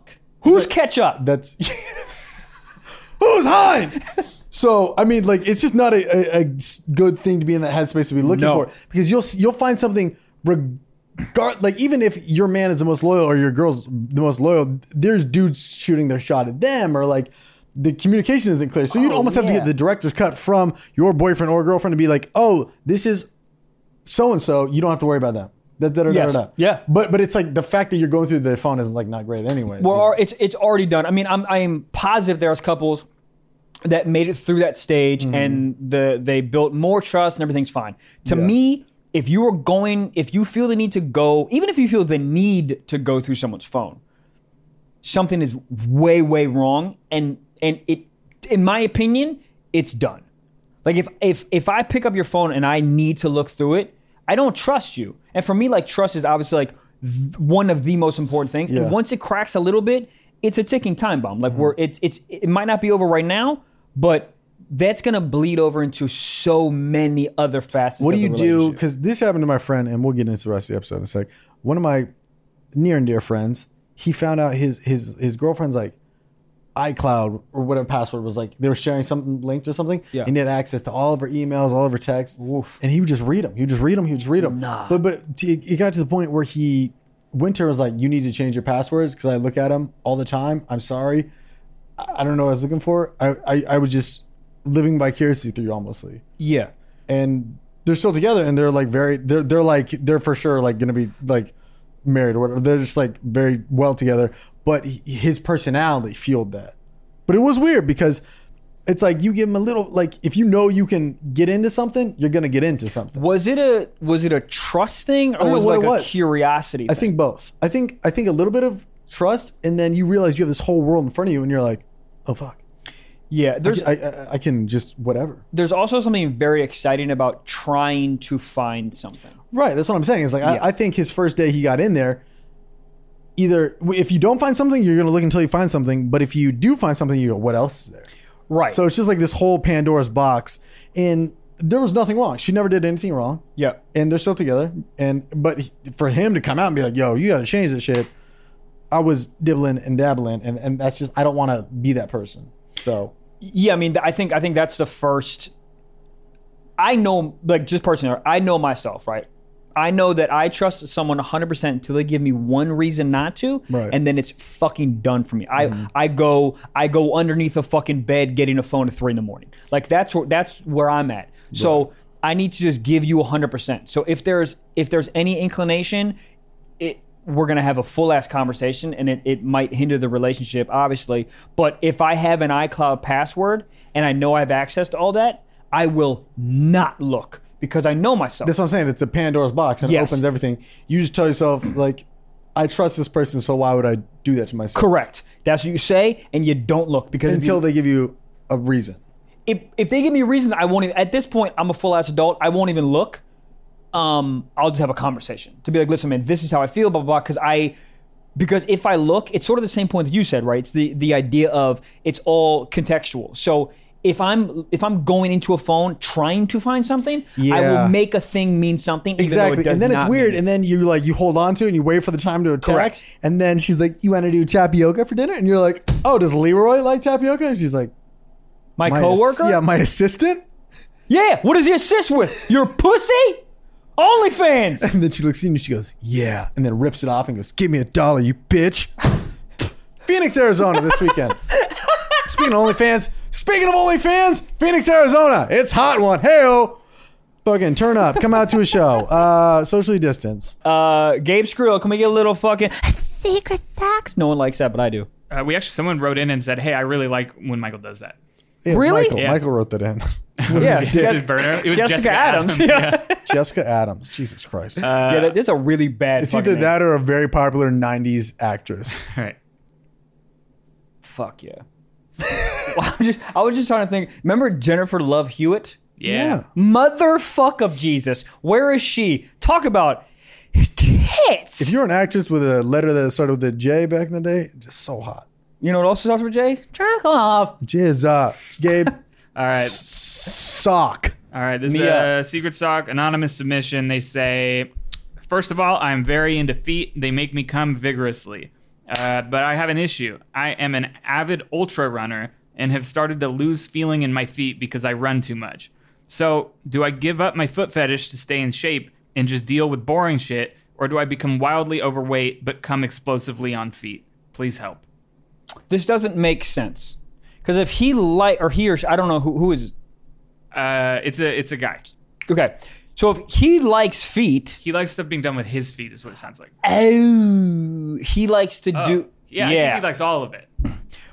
A: who's catch up?
B: That's (laughs) who's Hines." So I mean, like, it's just not a, a, a good thing to be in that headspace to be looking
A: No.
B: for because you'll you'll find something. Regard, like even if your man is the most loyal or your girl's the most loyal, there's dudes shooting their shot at them or like the communication isn't clear. So you'd
A: Oh,
B: almost have to
A: yeah.
B: get the director's cut from your boyfriend or girlfriend to be like, oh, this is so and so. You don't have to worry about them. Da, da, da, da,
A: Yes.
B: da.
A: Yeah.
B: But but it's like the fact that you're going through the phone is like not great anyway.
A: Well, or it's it's already done. I mean, I'm I'm positive there's couples that made it through that stage and the they built more trust and everything's fine. To
B: Yeah.
A: me, if you are going, if you feel the need to go, even if you feel the need to go through someone's phone, something is way way wrong, and and it, in my opinion, it's done. Like if if if I pick up your phone and I need to look through it, I don't trust you. And for me, like trust is obviously like th- one of the most important things.
B: Yeah.
A: And once it cracks a little bit, it's a ticking time bomb. Like we're it's it's it might not be over right now, but that's gonna bleed over into so many other facets.
B: what do
A: of the
B: you do?
A: relationship.
B: Because this happened to my friend, and we'll get into the rest of the episode in a sec. One of my near and dear friends, he found out his his his girlfriend's like iCloud or whatever password was like they were sharing something linked or something,
A: Yeah.
B: and he had access to all of her emails, all of her texts, and he would just read them. He would just read them. He would just read them.
A: Nah.
B: But but t- it got to the point where he Winter was like, "You need to change your passwords because I look at them all the time. I'm sorry, I I don't know what I was looking for. I I, I was just living vicariously through you almostly."
A: Yeah.
B: and they're still together and they're like very they're they're like they're for sure like gonna be like married or whatever they're just like very well together but he, his personality fueled that but it was weird because it's like you give him a little like if you know you can get into something you're gonna get into something
A: Was it a was it a trust thing or
B: know
A: was it
B: what
A: like
B: it
A: a
B: was.
A: curiosity?
B: i think both i think i think a little bit of trust and then you realize you have this whole world in front of you and you're like oh fuck
A: yeah. There's
B: i i, I can just whatever
A: there's also something very exciting about trying to find something.
B: Right. That's what I'm saying. It's like
A: Yeah.
B: I, I think his first day he got in there. Either if you don't find something, you're gonna look until you find something. But if you do find something, you go, "What else is there?"
A: Right.
B: So it's just like this whole Pandora's box, and there was nothing wrong. She never did anything wrong,
A: yeah.
B: and they're still together. And but he- for him to come out and be like, "Yo, you got to change this shit," I was dibbling and dabbling, and and that's just I don't want to be that person. So
A: yeah i mean th- i think i think that's the first i know like just personally i know myself right i know that i trust someone 100% until they give me one reason not to
B: Right.
A: and then it's fucking done for me i i go i go underneath a fucking bed getting a phone at three in the morning like that's where that's where i'm at so i need to just give you 100% so if there's if there's any inclination it we're gonna have a full ass conversation and it, it might hinder the relationship, obviously. But if I have an iCloud password and I know I have access to all that, I will not look because I know myself.
B: That's what I'm saying. It's a Pandora's box and
A: Yes.
B: it opens everything. You just tell yourself, like, I trust this person, so why would I do that to myself?
A: Correct. That's what you say, and you don't look because if you-
B: Until they give you a reason.
A: if if they give me a reason, I won't. Even, at this point, I'm a full ass adult. I won't even look. Um, I'll just have a conversation to be like, listen, man, this is how I feel, blah blah. Because I, because if I look, it's sort of the same point that you said, right? It's the the idea of it's all contextual. So if I'm if I'm going into a phone trying to find something, I
B: Yeah.
A: will make a thing mean something. even though it
B: Exactly.
A: does
B: And then it's
A: not
B: weird.
A: mean it.
B: And then you like you hold on to it and you wait for the time to attack.
A: Correct.
B: And then she's like, You want to do tapioca for dinner? And you're like, Oh, does Leroy like tapioca? And she's like,
A: my
B: my ass-
A: coworker,
B: yeah, my assistant.
A: Yeah, what does he assist with? Your pussy? OnlyFans!
B: And then she looks at you and she goes, Yeah. And then rips it off and goes, Give me a dollar, you bitch. (laughs) Phoenix, Arizona this weekend. Speaking of OnlyFans, speaking of OnlyFans, Phoenix, Arizona. It's hot one. Hey, Fucking turn up. Come out to a show. Uh, socially distance.
A: Uh, Gabe Skrill, can we get a little fucking secret sex? No one likes that, but I do.
C: Uh, we actually someone wrote in and said, "Hey, I really like when Michael does that."
B: Yeah,
A: Really?
B: Michael,
C: Yeah.
B: Michael wrote that in. (laughs)
A: Yeah,
C: it was,
A: Je-
C: Berner- (laughs) it was
A: Jessica Adams. (laughs) Yeah,
B: Jessica Adams. Jesus Christ.
A: yeah that, that's a really bad.
B: it's
A: Uh, fucking
B: either
A: name.
B: that or a very popular 90s actress.
C: All right.
A: Fuck yeah. (laughs) Well, I'm just- I was just trying to think. Remember Jennifer Love Hewitt?
C: Yeah.
A: Motherfuck of Jesus. Where is she? Talk about
B: If
A: tits.
B: you're an actress with a letter that started with a J back in the day, just so hot.
A: You know what else starts with J? Jerk off.
B: Jizz up. Gabe,
C: All right.
B: sock.
C: All right, this
A: Mia.
C: is a secret sock anonymous submission. They say, first of all, I'm very into feet. They make me come vigorously, uh, but I have an issue. I am an avid ultra runner and have started to lose feeling in my feet because I run too much. So, do I give up my foot fetish to stay in shape and just deal with boring shit, or do I become wildly overweight but come explosively on feet? Please help.
A: This doesn't make sense. Because if he like or he or she, I don't know who who is.
C: Uh, it's a it's a guy.
A: Okay, so if he likes feet,
C: He likes stuff being done with his feet, is what it sounds like.
A: oh, he likes to do.
C: yeah, I think he likes all of it.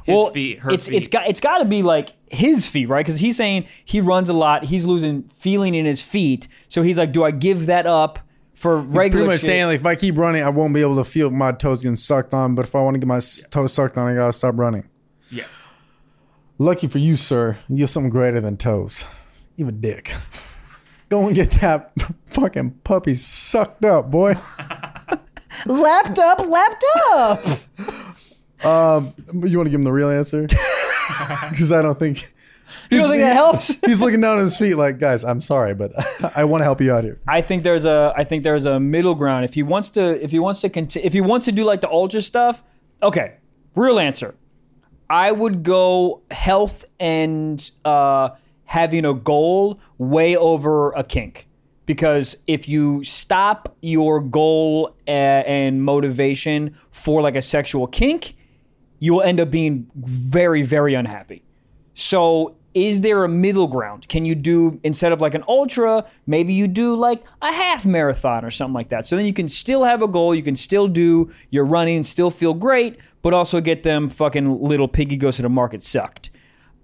C: His
A: well,
C: feet, her
A: it's
C: feet.
A: it's got it's got to be like his feet, right? Because he's saying he runs a lot, he's losing feeling in his feet, so he's like, do I give that up for regular?
B: Pretty much
A: shit?
B: saying, like, if I keep running, I won't be able to feel my toes getting sucked on. But if I want to get my s toes sucked on, I got to stop running.
C: yes.
B: Lucky for you, sir, you have something greater than toes. You have a dick. (laughs) Go and get that (laughs) fucking puppy sucked up, boy.
D: Lapped up, lapped
B: (laughs)
D: up.
B: Um, you want to give him the
A: (laughs)
B: real answer? Because I don't think.
A: you don't think that helps?
B: (laughs) He's looking down at his feet like, guys, I'm sorry, but (laughs) I want to help you out here.
A: I think there's a I think there's a middle ground. If he wants to if he wants to conti- if he wants to do like the ultra stuff, okay. Real answer. I would go health and uh, having a goal way over a kink. Because if you stop your goal a- and motivation for like a sexual kink, you will end up being very, very unhappy. So, is there a middle ground? Can you do instead of like an ultra, maybe you do like a half marathon or something like that. So then you can still have a goal, you can still do your running, still feel great, but also get them fucking little piggy goes to the market sucked.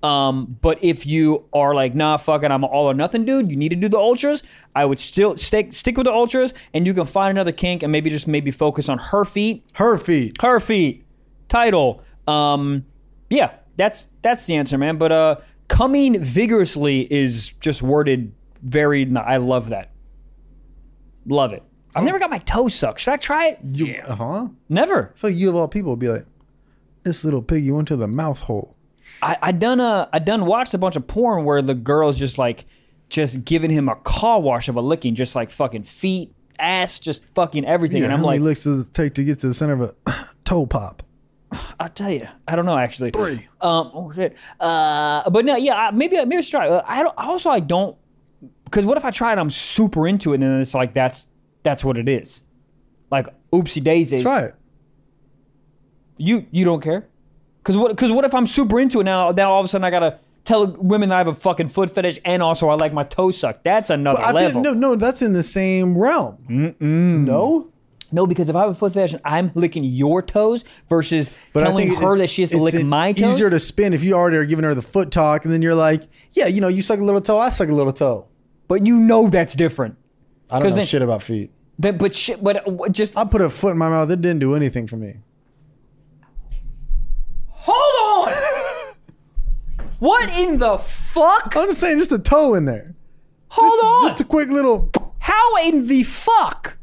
A: Um, but if you are like, nah, fuck it, I'm an all or nothing dude, you need to do the ultras, I would still stick stick with the ultras and you can find another kink and maybe just maybe focus on her feet
B: Her feet.
A: her feet title um yeah that's that's the answer man but uh coming vigorously is just worded very n- i love that love it i've never got my toe sucked should i try it
B: You,
C: Yeah.
B: Huh?
A: never
B: Uh-huh. I feel like you of all people would be like, this little piggy went to the mouth hole.
A: i i done uh i done watched a bunch of porn where the girl's just like just giving him a car wash of a licking just like fucking feet ass just fucking everything and i'm
B: how
A: like
B: many licks does it take to get to the center of a (clears throat) toe pop?
A: I'll tell you. I don't know actually. Three. Um. Oh shit. Uh. But no. Yeah. I- Maybe. Maybe I should try. it. I don't. Also, I don't. Because what if I try it? I'm super into it, and then it's like that's that's what it is. Like oopsie daisies.
B: Try it.
A: You you don't care. Because what? Because what if I'm super into it now? Now all of a sudden I gotta tell women I have a fucking foot fetish, and also I like my toe sucked. That's another
B: I
A: level.
B: feel, no, no, that's in the same realm. No?
A: No, because if I have a foot fetish, and I'm licking your toes versus
B: But I
A: telling
B: think
A: her
B: it's-
A: that she has to
B: it's
A: lick
B: an-
A: my toes.
B: easier to spin if you already are giving her the foot talk and then you're like, yeah, you know, you suck a little toe, I suck a little toe.
A: but you know that's different.
B: I don't know
A: then-
B: shit about feet.
A: That, but shit, but uh, just
B: I put a foot in my mouth, it didn't do anything for me.
A: Hold on!
B: (laughs)
A: what in the fuck?
B: I'm just saying, just a toe in there.
A: Hold on!
B: Uh, Just a quick little
A: how in the fuck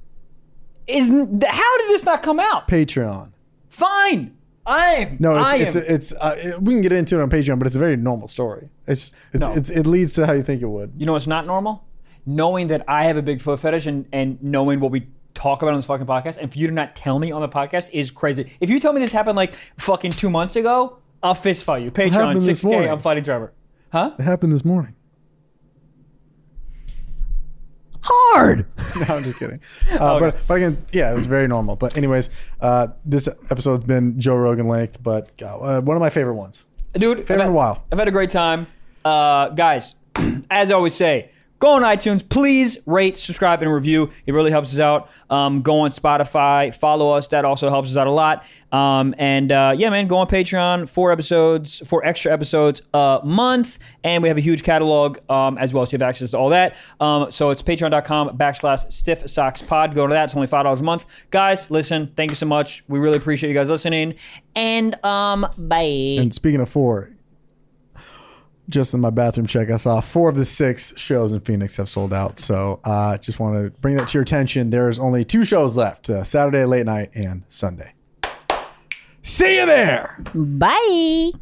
A: is n- th- how did this not come out?
B: Patreon.
A: Fine. I'm
B: No,
A: I
B: it's it's
A: am.
B: it's, uh, it- we can get into it on Patreon, but it's a very normal story. It's it's, it's it leads to how you think it would.
A: you know what's not normal? Knowing that I have a big foot fetish and, and knowing what we talk about on this fucking podcast, and for you to not tell me on the podcast is crazy. If you tell me this happened like fucking two months ago, I'll fist fight you. Patreon
B: happened this
A: 6K,
B: morning?
A: I'm fighting Trevor. Huh?
B: It happened this morning.
D: hard.
B: (laughs) No, I'm just
A: (laughs)
B: kidding. Uh, but, but again, yeah, it was very normal. But anyways, uh, this episode's been Joe Rogan length, but God, uh, one of my favorite ones.
A: dude. I've
B: in a
A: had-
B: while.
A: I've had a great time. Uh, guys, (clears throat) as I always say, go on iTunes. Please rate, subscribe, and review. It really helps us out. Um, go on Spotify, follow us. That also helps us out a lot. Um, and uh, yeah, man, go on Patreon. Four episodes, four extra episodes a month, and we have a huge catalog um, as well. So you have access to all that. Um, so it's patreon.com backslash stiff socks pod. Go to that. It's only five dollars a month, guys. Listen, thank you so much. We really appreciate you guys listening. And um, bye.
B: And speaking of four, just in my bathroom check, I saw four of the six shows in Phoenix have sold out. So uh, just want to bring that to your attention. There's only two shows left uh, Saturday, late night, and Sunday. See you there.
D: Bye.